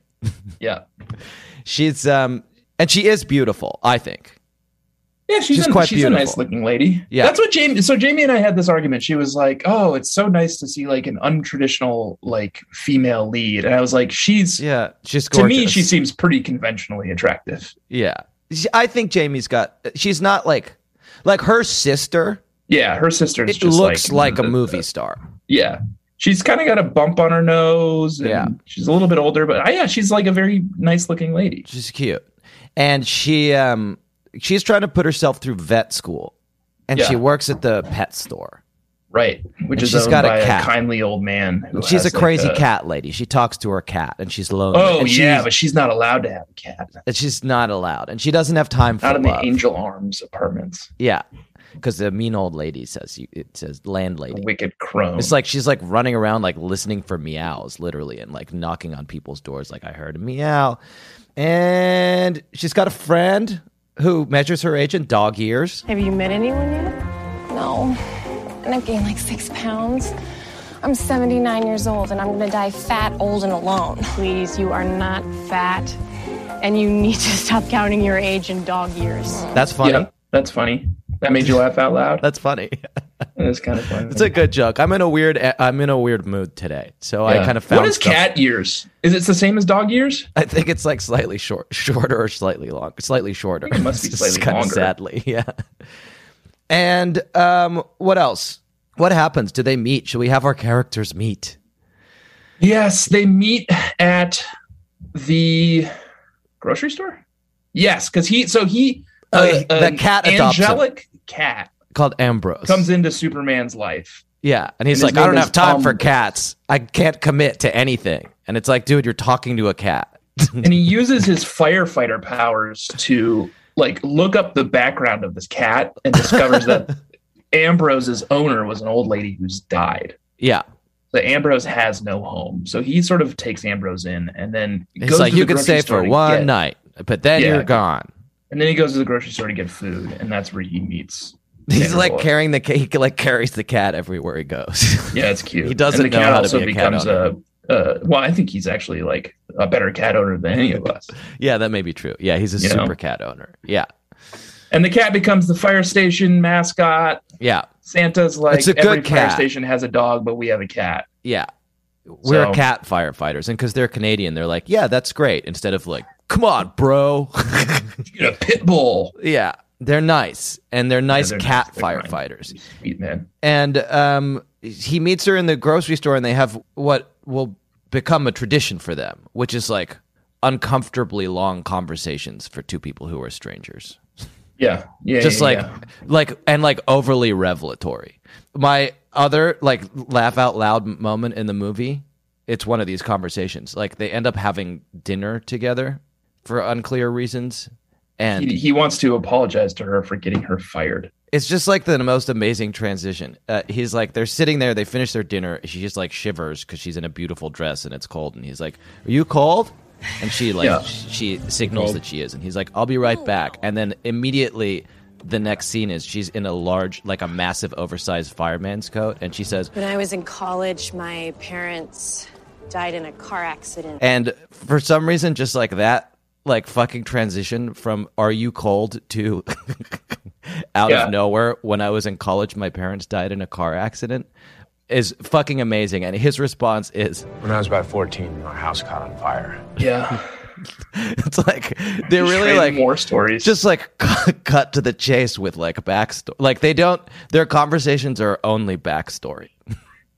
[SPEAKER 3] Yeah.
[SPEAKER 2] She's um, and she is beautiful, I think.
[SPEAKER 3] Yeah, she's,
[SPEAKER 2] She's
[SPEAKER 3] a,
[SPEAKER 2] quite
[SPEAKER 3] she's a nice
[SPEAKER 2] beautiful.
[SPEAKER 3] looking lady.
[SPEAKER 2] Yeah.
[SPEAKER 3] That's what Jamie so Jamie and I had this argument. She was like, Oh, it's so nice to see like an untraditional like female lead. And I was like, She's
[SPEAKER 2] Yeah, she's
[SPEAKER 3] to
[SPEAKER 2] gorgeous.
[SPEAKER 3] me, she seems pretty conventionally attractive.
[SPEAKER 2] Yeah. She- I think Jamie's got she's not like like her sister
[SPEAKER 3] Yeah, her sister's
[SPEAKER 2] it
[SPEAKER 3] just
[SPEAKER 2] looks like, a
[SPEAKER 3] the-
[SPEAKER 2] movie star.
[SPEAKER 3] yeah. She's kind of got a bump on her nose. And
[SPEAKER 2] Yeah.
[SPEAKER 3] She's a little bit older, but uh, yeah, she's like a very nice looking lady.
[SPEAKER 2] She's cute. And she um she's trying to put herself through vet school. And she
[SPEAKER 3] Yeah.
[SPEAKER 2] works at the pet store.
[SPEAKER 3] Right. Which
[SPEAKER 2] And
[SPEAKER 3] is
[SPEAKER 2] she's
[SPEAKER 3] owned
[SPEAKER 2] got a
[SPEAKER 3] by
[SPEAKER 2] cat.
[SPEAKER 3] kindly old man. who
[SPEAKER 2] she's a
[SPEAKER 3] has, like,
[SPEAKER 2] crazy cat lady. She talks to her cat and she's lonely.
[SPEAKER 3] Oh
[SPEAKER 2] and
[SPEAKER 3] yeah,
[SPEAKER 2] she's,
[SPEAKER 3] but she's not allowed to have a cat.
[SPEAKER 2] and she's not allowed. And she doesn't have time for
[SPEAKER 3] Not in the
[SPEAKER 2] love.
[SPEAKER 3] Angel Arms apartments.
[SPEAKER 2] Yeah. Cuz the mean old lady says you it says landlady.
[SPEAKER 3] Wicked crone.
[SPEAKER 2] It's like she's like running around, like listening for meows, literally, and like knocking on people's doors, like, I heard a meow. And she's got a friend who measures her age in dog years.
[SPEAKER 5] Have you met anyone yet?
[SPEAKER 7] No. And I've gained like six pounds. I'm 79 years old and I'm gonna die fat, old, and alone.
[SPEAKER 5] Please, you are not fat, and you need to stop counting your age in dog years.
[SPEAKER 2] That's funny.
[SPEAKER 3] Yeah, that's funny. That made you laugh out loud.
[SPEAKER 2] That's funny.
[SPEAKER 3] That is kind of funny.
[SPEAKER 2] It's a good joke. I'm in a weird eh, I'm in a weird mood today. So I
[SPEAKER 3] Yeah.
[SPEAKER 2] kind of found
[SPEAKER 3] What is
[SPEAKER 2] stuff-
[SPEAKER 3] cat years? Is it the same as dog years?
[SPEAKER 2] I think it's like slightly short shorter or slightly long slightly shorter.
[SPEAKER 3] it must be
[SPEAKER 2] It's
[SPEAKER 3] slightly
[SPEAKER 2] kinda
[SPEAKER 3] longer.
[SPEAKER 2] Sadly, yeah. And um what else? What happens? Do they meet? Should we have our characters meet?
[SPEAKER 3] Yes, they meet at the grocery store. Yes, because he so he uh,
[SPEAKER 2] Oh, the
[SPEAKER 3] an
[SPEAKER 2] cat adopts him.
[SPEAKER 3] angelic cat
[SPEAKER 2] Called Ambrose.
[SPEAKER 3] comes into Superman's life.
[SPEAKER 2] Yeah, and he's
[SPEAKER 3] And
[SPEAKER 2] like,
[SPEAKER 3] his
[SPEAKER 2] I
[SPEAKER 3] name
[SPEAKER 2] don't
[SPEAKER 3] is
[SPEAKER 2] have time
[SPEAKER 3] Tom
[SPEAKER 2] for
[SPEAKER 3] Wolfe."
[SPEAKER 2] cats. I can't commit to anything. And it's like, dude, you're talking to a cat.
[SPEAKER 3] and he uses his firefighter powers to like look up the background of this cat and discovers that Ambrose's owner was an old lady who's died.
[SPEAKER 2] yeah,
[SPEAKER 3] So Ambrose has no home, so he sort of takes Ambrose in, and then he
[SPEAKER 2] he's like,
[SPEAKER 3] to
[SPEAKER 2] you
[SPEAKER 3] the
[SPEAKER 2] can
[SPEAKER 3] grocery
[SPEAKER 2] stay
[SPEAKER 3] store
[SPEAKER 2] for
[SPEAKER 3] to
[SPEAKER 2] one
[SPEAKER 3] get-
[SPEAKER 2] night, but then
[SPEAKER 3] Yeah.
[SPEAKER 2] you're gone.
[SPEAKER 3] and then he goes to the grocery store to get food, and that's where he meets.
[SPEAKER 2] He's
[SPEAKER 3] Sandra
[SPEAKER 2] like
[SPEAKER 3] Bullock.
[SPEAKER 2] carrying the cat. He like carries the cat everywhere he goes.
[SPEAKER 3] Yeah, it's cute.
[SPEAKER 2] He doesn't
[SPEAKER 3] and the
[SPEAKER 2] know
[SPEAKER 3] cat
[SPEAKER 2] how to
[SPEAKER 3] also
[SPEAKER 2] be a cat
[SPEAKER 3] becomes a. Uh, well, I think he's actually like a better cat owner than any of us.
[SPEAKER 2] yeah, that may be true. Yeah, he's a
[SPEAKER 3] You know?
[SPEAKER 2] super cat owner. Yeah,
[SPEAKER 3] And the cat becomes the fire station mascot.
[SPEAKER 2] yeah,
[SPEAKER 3] Santa's like
[SPEAKER 2] It's a
[SPEAKER 3] every
[SPEAKER 2] good
[SPEAKER 3] fire
[SPEAKER 2] cat.
[SPEAKER 3] station has a dog, but we have a cat.
[SPEAKER 2] yeah. We're
[SPEAKER 3] So-
[SPEAKER 2] cat firefighters, and because they're Canadian, they're like, yeah, that's great. Instead of like, come on, bro.
[SPEAKER 3] You know, pit bull.
[SPEAKER 2] yeah, they're nice, and they're nice
[SPEAKER 3] they're
[SPEAKER 2] cat
[SPEAKER 3] nice. They're fine.
[SPEAKER 2] firefighters.
[SPEAKER 3] Sweet man.
[SPEAKER 2] and um, he meets her in the grocery store, and they have what will become a tradition for them, which is like uncomfortably long conversations for two people who are strangers,
[SPEAKER 3] Yeah, yeah.
[SPEAKER 2] just
[SPEAKER 3] yeah,
[SPEAKER 2] like
[SPEAKER 3] yeah.
[SPEAKER 2] like and like overly revelatory. My other like laugh out loud m- moment in the movie, it's one of these conversations. Like they end up having dinner together for unclear reasons, and
[SPEAKER 3] he, he wants to apologize to her for getting her fired.
[SPEAKER 2] it's just like the most amazing transition. Uh, he's like, they're sitting there, they finish their dinner. She just like shivers because she's in a beautiful dress and it's cold. And he's like, Are you cold? And she like,
[SPEAKER 3] Yeah.
[SPEAKER 2] sh- she signals that she is. And he's like, I'll be right back. And then immediately the next scene is she's in a large, like a massive, oversized fireman's coat, and she says,
[SPEAKER 6] When I was in college, my parents died in a car accident.
[SPEAKER 2] and for some reason, just like that, like fucking transition from "Are you cold?" to out
[SPEAKER 3] Yeah.
[SPEAKER 2] of nowhere. When I was in college, my parents died in a car accident. Is fucking amazing, and his response is,
[SPEAKER 8] When I was about 14, our house caught on fire.
[SPEAKER 3] Yeah.
[SPEAKER 2] "It's like they're really
[SPEAKER 3] Trade
[SPEAKER 2] like
[SPEAKER 3] more stories.
[SPEAKER 2] just like cut, cut to the chase with like backstory. Like they don't, their conversations are only backstory.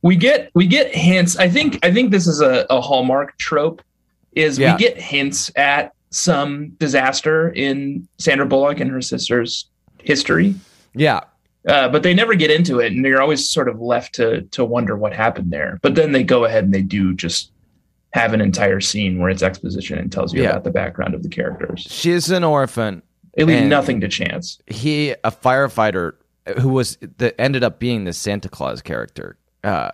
[SPEAKER 3] we get we get hints i think i think this is a, a hallmark trope is
[SPEAKER 2] Yeah.
[SPEAKER 3] we get hints at some disaster in sandra bullock and her sister's history
[SPEAKER 2] Yeah,
[SPEAKER 3] uh, but they never get into it and you're always sort of left to to wonder what happened there but then they go ahead and they do just have an entire scene where it's exposition and tells you
[SPEAKER 2] Yeah.
[SPEAKER 3] about the background of the characters
[SPEAKER 2] she's an orphan.
[SPEAKER 3] they leave
[SPEAKER 2] And-
[SPEAKER 3] nothing to chance
[SPEAKER 2] He, a firefighter who was that ended up being the Santa Claus character, uh,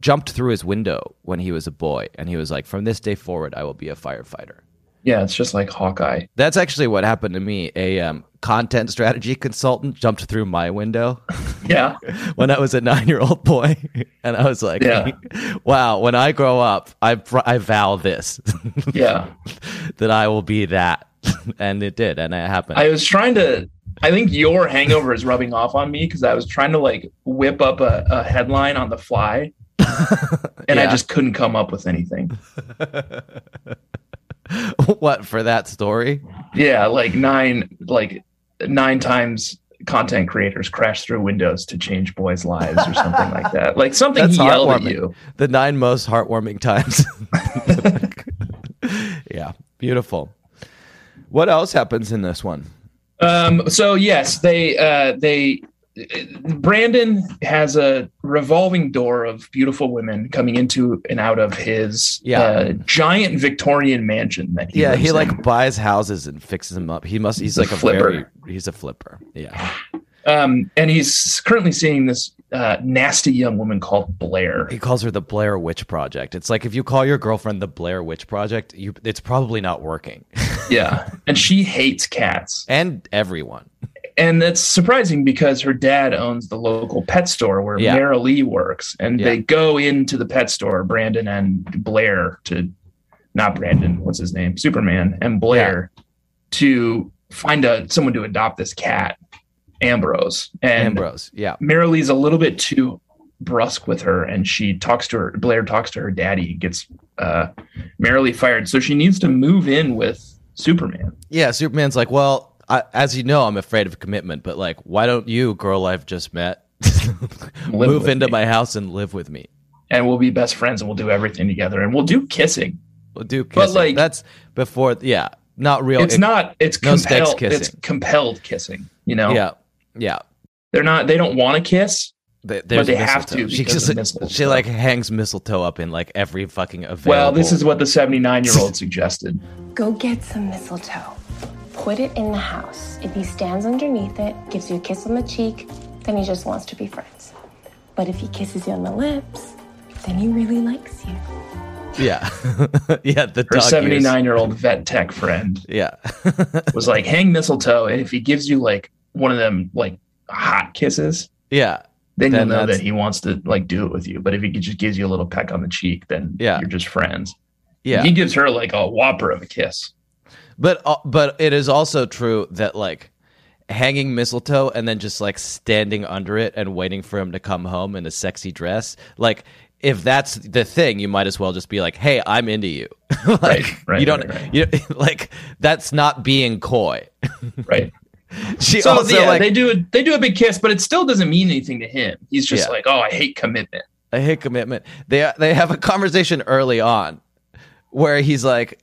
[SPEAKER 2] jumped through his window when he was a boy, and he was like, "From this day forward, I will be a firefighter."
[SPEAKER 3] yeah it's just like hawkeye
[SPEAKER 2] That's actually what happened to me. A um, content strategy consultant jumped through my window.
[SPEAKER 3] yeah
[SPEAKER 2] when I was a nine year old boy. And I was like,
[SPEAKER 3] Yeah.
[SPEAKER 2] wow, when I grow up, I, pr- I vow this
[SPEAKER 3] yeah
[SPEAKER 2] that I will be that. and it did. And it happened.
[SPEAKER 3] I was trying to. I think your hangover is rubbing off on me because I was trying to like whip up a, a headline on the fly, and I
[SPEAKER 2] Yeah.
[SPEAKER 3] just couldn't come up with anything.
[SPEAKER 2] what for that story?
[SPEAKER 3] Yeah, like nine, like nine times content creators crash through windows to change boys' lives or something like that. Like something
[SPEAKER 2] That's
[SPEAKER 3] he yelled at
[SPEAKER 2] heartwarming.
[SPEAKER 3] you.
[SPEAKER 2] The nine most heartwarming times. yeah. Beautiful. What else happens in this one?
[SPEAKER 3] Um, so yes, they uh, they Brandon has a revolving door of beautiful women coming into and out of his
[SPEAKER 2] Yeah.
[SPEAKER 3] uh, giant Victorian mansion that he
[SPEAKER 2] Yeah,
[SPEAKER 3] lives
[SPEAKER 2] he like
[SPEAKER 3] in.
[SPEAKER 2] buys houses and fixes them up. He must. He's
[SPEAKER 3] The
[SPEAKER 2] like a
[SPEAKER 3] flipper.
[SPEAKER 2] very. He's a flipper. Yeah.
[SPEAKER 3] um, and he's currently seeing this uh, nasty young woman called Blair.
[SPEAKER 2] He calls her the Blair Witch Project. It's like if you call your girlfriend the Blair Witch Project, you it's probably not working.
[SPEAKER 3] Yeah, and she hates cats,
[SPEAKER 2] and everyone.
[SPEAKER 3] and that's surprising because her dad owns the local pet store where
[SPEAKER 2] Yeah.
[SPEAKER 3] Mara Lee works, and
[SPEAKER 2] Yeah.
[SPEAKER 3] they go into the pet store, Brandon and Blair to, not Brandon, what's his name, Superman and Blair, to find a someone to adopt this cat, Ambrose, and
[SPEAKER 2] Ambrose. Yeah.
[SPEAKER 3] Marilee's a little bit too brusque with her, and she talks to her. Blair talks to her daddy, and gets uh, Marilee fired. So she needs to move in with Superman.
[SPEAKER 2] Yeah, Superman's like, "Well, I, as you know, I'm afraid of commitment, but like, why don't you, girl I've just met, move
[SPEAKER 3] with
[SPEAKER 2] into
[SPEAKER 3] me."
[SPEAKER 2] my house and live with me?"
[SPEAKER 3] And we'll be best friends, and we'll do everything together, and we'll do kissing.
[SPEAKER 2] We'll do kissing.
[SPEAKER 3] like-
[SPEAKER 2] that's before yeah, not real.
[SPEAKER 3] it's
[SPEAKER 2] it-
[SPEAKER 3] not. It's
[SPEAKER 2] no sex
[SPEAKER 3] compelled.
[SPEAKER 2] kissing.
[SPEAKER 3] It's compelled kissing. You know.
[SPEAKER 2] Yeah. Yeah.
[SPEAKER 3] They're not. They don't want to kiss.
[SPEAKER 2] They, there's
[SPEAKER 3] they have
[SPEAKER 2] mistletoe.
[SPEAKER 3] to
[SPEAKER 2] She
[SPEAKER 3] because of
[SPEAKER 2] just
[SPEAKER 3] mistletoe.
[SPEAKER 2] she like hangs mistletoe up in like every fucking event.
[SPEAKER 3] Well, this is what the seventy-nine-year-old suggested.
[SPEAKER 7] Go get some mistletoe. Put it in the house. If he stands underneath it, gives you a kiss on the cheek, then he just wants to be friends. But if he kisses you on the lips, then he really likes you.
[SPEAKER 2] yeah, yeah. The
[SPEAKER 3] Her
[SPEAKER 2] dog years.
[SPEAKER 3] seventy-nine-year-old vet tech friend
[SPEAKER 2] Yeah.
[SPEAKER 3] was like, "Hang mistletoe, and if he gives you like one of them like hot kisses,
[SPEAKER 2] yeah.
[SPEAKER 3] then,
[SPEAKER 2] Then
[SPEAKER 3] you'll know
[SPEAKER 2] that's-
[SPEAKER 3] that he wants to like do it with you. But if he just gives you a little peck on the cheek, then
[SPEAKER 2] Yeah.
[SPEAKER 3] you're just friends.
[SPEAKER 2] Yeah.
[SPEAKER 3] He gives her like a whopper of a kiss.
[SPEAKER 2] But uh, but it is also true that like hanging mistletoe and then just like standing under it and waiting for him to come home in a sexy dress, like if that's the thing, you might as well just be like, "Hey, I'm into you." like
[SPEAKER 3] right,
[SPEAKER 2] you don't
[SPEAKER 3] right, right.
[SPEAKER 2] you like that's not being coy.
[SPEAKER 3] Right.
[SPEAKER 2] She
[SPEAKER 3] so
[SPEAKER 2] also
[SPEAKER 3] yeah,
[SPEAKER 2] like
[SPEAKER 3] they do a they do a big kiss, but it still doesn't mean anything to him. He's just
[SPEAKER 2] Yeah.
[SPEAKER 3] like, Oh, I hate commitment.
[SPEAKER 2] I hate commitment. They they have a conversation early on where he's like,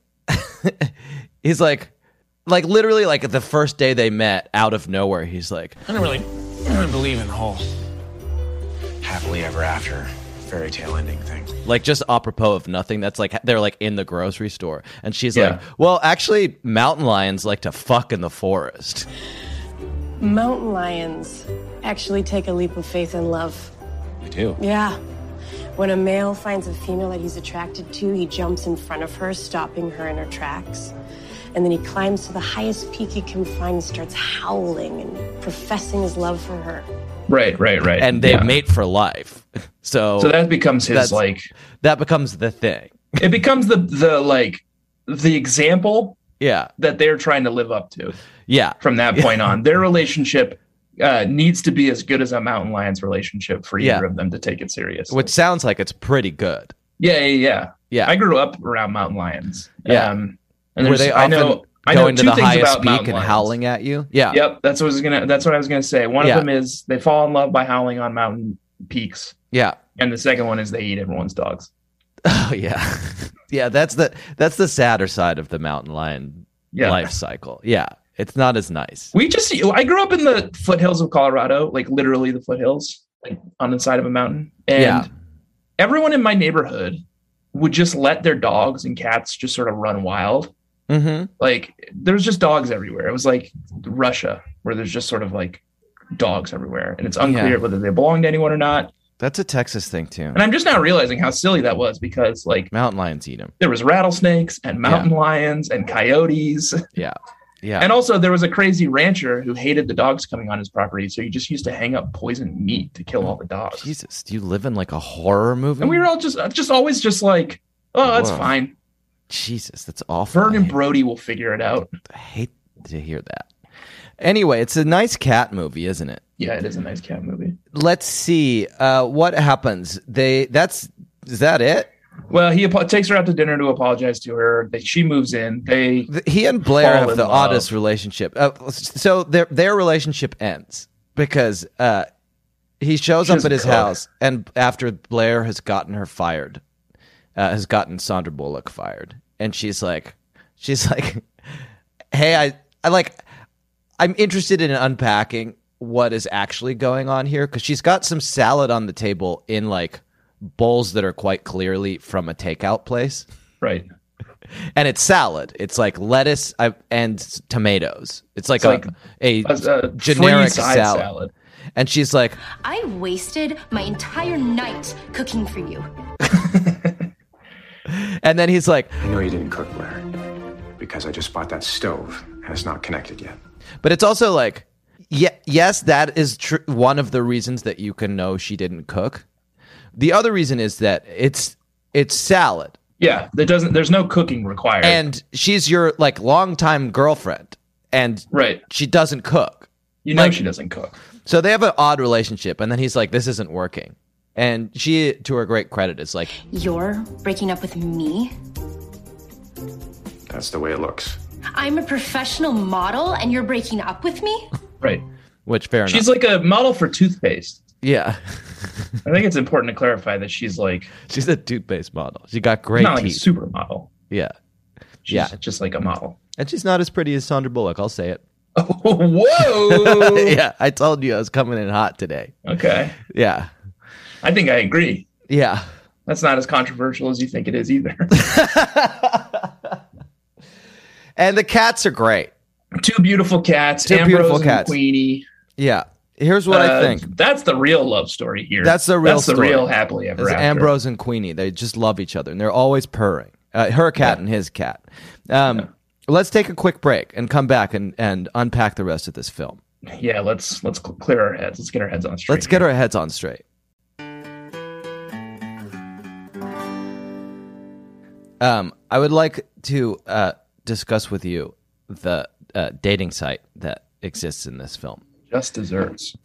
[SPEAKER 2] he's like, like literally like the first day they met, out of nowhere, he's like,
[SPEAKER 8] I don't really, I don't really believe in the whole happily ever after fairy tale ending thing.
[SPEAKER 2] like just apropos of nothing. That's like they're like in the grocery store, and she's
[SPEAKER 3] Yeah.
[SPEAKER 2] like, well, actually, mountain lions like to fuck in the forest.
[SPEAKER 6] Mountain lions actually take a leap of faith in love.
[SPEAKER 8] They do.
[SPEAKER 6] Yeah. When a male finds a female that he's attracted to, he jumps in front of her, stopping her in her tracks. and then he climbs to the highest peak he can find and starts howling and professing his love for her.
[SPEAKER 3] Right, right, right.
[SPEAKER 2] and they
[SPEAKER 3] Yeah.
[SPEAKER 2] mate for life. So,
[SPEAKER 3] so that becomes his
[SPEAKER 2] Oh, that's-
[SPEAKER 3] like
[SPEAKER 2] that becomes the thing.
[SPEAKER 3] it becomes the the like the example
[SPEAKER 2] Yeah,
[SPEAKER 3] that they're trying to live up to
[SPEAKER 2] yeah,
[SPEAKER 3] from that point on. Their relationship uh, needs to be as good as a mountain lion's relationship for
[SPEAKER 2] Yeah.
[SPEAKER 3] either of them to take it serious.
[SPEAKER 2] which sounds like it's pretty good.
[SPEAKER 3] yeah, yeah, yeah.
[SPEAKER 2] Yeah,
[SPEAKER 3] I grew up around mountain lions.
[SPEAKER 2] Yeah.
[SPEAKER 3] Um, and
[SPEAKER 2] were
[SPEAKER 3] there's
[SPEAKER 2] they
[SPEAKER 3] I
[SPEAKER 2] often
[SPEAKER 3] know, I know
[SPEAKER 2] going to
[SPEAKER 3] two
[SPEAKER 2] the
[SPEAKER 3] things
[SPEAKER 2] highest
[SPEAKER 3] about
[SPEAKER 2] peak
[SPEAKER 3] mountain
[SPEAKER 2] and
[SPEAKER 3] lions.
[SPEAKER 2] howling at you? Yeah,
[SPEAKER 3] Yep, that's what I was gonna. That's what I was gonna say. One
[SPEAKER 2] Yeah.
[SPEAKER 3] of them is they fall in love by howling on mountain peaks,
[SPEAKER 2] yeah,
[SPEAKER 3] and the second one is they eat everyone's dogs.
[SPEAKER 2] oh yeah, yeah. That's the that's the sadder side of the mountain lion
[SPEAKER 3] Yeah,
[SPEAKER 2] life cycle. Yeah, it's not as nice.
[SPEAKER 3] we just. I grew up in the foothills of Colorado, like literally the foothills, like on the side of a mountain, and
[SPEAKER 2] Yeah.
[SPEAKER 3] everyone in my neighborhood would just let their dogs and cats just sort of run wild.
[SPEAKER 2] Mm-hmm.
[SPEAKER 3] Like there's just dogs everywhere. It was like Russia, where there's just sort of like dogs everywhere, and it's unclear
[SPEAKER 2] Yeah.
[SPEAKER 3] whether they belong to anyone or not.
[SPEAKER 2] That's a Texas thing too.
[SPEAKER 3] And I'm just now realizing how silly that was because like.
[SPEAKER 2] Mountain lions eat them.
[SPEAKER 3] there was rattlesnakes and mountain lions and coyotes
[SPEAKER 2] Yeah, yeah.
[SPEAKER 3] and also there was a crazy rancher who hated the dogs coming on his property so he just used to hang up poisoned meat to kill all the dogs
[SPEAKER 2] Jesus, do you live in like a horror movie?
[SPEAKER 3] and we were all just uh, just always just like oh that's
[SPEAKER 2] Whoa.
[SPEAKER 3] fine
[SPEAKER 2] Jesus, that's awful.
[SPEAKER 3] vern
[SPEAKER 2] I
[SPEAKER 3] and
[SPEAKER 2] hate-
[SPEAKER 3] brody will figure it out
[SPEAKER 2] I hate to hear that. Anyway, it's a nice cat movie, isn't it?
[SPEAKER 3] yeah it is a nice cat movie
[SPEAKER 2] Let's see uh, what happens. They that's is that it?
[SPEAKER 3] well he apo- takes her out to dinner to apologize to her They- she moves in they
[SPEAKER 2] Th- He and Blair
[SPEAKER 3] Fall
[SPEAKER 2] have
[SPEAKER 3] in
[SPEAKER 2] the
[SPEAKER 3] love.
[SPEAKER 2] oddest relationship. Uh, so their their relationship ends because uh, he shows
[SPEAKER 3] She
[SPEAKER 2] up
[SPEAKER 3] doesn't
[SPEAKER 2] at his
[SPEAKER 3] cook.
[SPEAKER 2] house and after Blair has gotten her fired, uh, has gotten Sandra Bullock fired, and she's like, she's like, hey, I I like, I'm interested in unpacking what is actually going on here because she's got some salad on the table in like bowls that are quite clearly from a takeout place
[SPEAKER 3] right
[SPEAKER 2] and it's salad. It's like lettuce uh, and s- tomatoes. It's like
[SPEAKER 3] It's
[SPEAKER 2] a,
[SPEAKER 3] As
[SPEAKER 2] a,
[SPEAKER 3] a free
[SPEAKER 2] generic
[SPEAKER 3] side
[SPEAKER 2] salad. And she's like,
[SPEAKER 9] I wasted my entire night cooking for you.
[SPEAKER 2] and then he's like,
[SPEAKER 8] I know you didn't cook, Blair, because I just bought that stove and it's not connected yet.
[SPEAKER 2] but it's also like, yeah, yes, that is tr- one of the reasons that you can know she didn't cook. The other reason is that it's it's salad,
[SPEAKER 3] yeah that doesn't there's no cooking required
[SPEAKER 2] and she's your like longtime girlfriend, and
[SPEAKER 3] right
[SPEAKER 2] she doesn't cook.
[SPEAKER 3] you know
[SPEAKER 2] Like-
[SPEAKER 3] she doesn't cook
[SPEAKER 2] So they have an odd relationship, and then he's like, "This isn't working." And she, to her great credit, is like,
[SPEAKER 9] You're breaking up with me?
[SPEAKER 8] That's the way it looks.
[SPEAKER 9] I'm a professional model and you're breaking up with me?
[SPEAKER 3] right
[SPEAKER 2] which fair enough.
[SPEAKER 3] she's like a model for toothpaste
[SPEAKER 2] yeah.
[SPEAKER 3] I think it's important to clarify that she's like
[SPEAKER 2] She's a toothpaste model. She got great
[SPEAKER 3] not like
[SPEAKER 2] teeth.
[SPEAKER 3] a supermodel.
[SPEAKER 2] yeah.
[SPEAKER 3] She's
[SPEAKER 2] Yeah.
[SPEAKER 3] just like a model.
[SPEAKER 2] And she's not as pretty as Sandra Bullock, I'll say it.
[SPEAKER 3] whoa.
[SPEAKER 2] yeah, I told you I was coming in hot today.
[SPEAKER 3] Okay.
[SPEAKER 2] Yeah.
[SPEAKER 3] I think I agree.
[SPEAKER 2] Yeah.
[SPEAKER 3] That's not as controversial as you think it is either.
[SPEAKER 2] And the cats are great.
[SPEAKER 3] Two beautiful cats,
[SPEAKER 2] Two
[SPEAKER 3] Ambrose
[SPEAKER 2] beautiful
[SPEAKER 3] and
[SPEAKER 2] cats.
[SPEAKER 3] Queenie.
[SPEAKER 2] Yeah. Here's what I
[SPEAKER 3] Uh,
[SPEAKER 2] think.
[SPEAKER 3] That's the real love story here.
[SPEAKER 2] That's the real
[SPEAKER 3] That's the
[SPEAKER 2] story.
[SPEAKER 3] real happily ever
[SPEAKER 2] It's
[SPEAKER 3] after.
[SPEAKER 2] Ambrose and Queenie. They just love each other and they're always purring. Uh, her cat and his cat. Um, Let's take a quick break and come back and, and unpack the rest of this film.
[SPEAKER 3] Yeah, let's let's cl- clear our heads. Let's get our heads on straight.
[SPEAKER 2] Let's get our heads on straight. Um, I would like to uh, discuss with you the uh, dating site that exists in this film.
[SPEAKER 3] just desserts.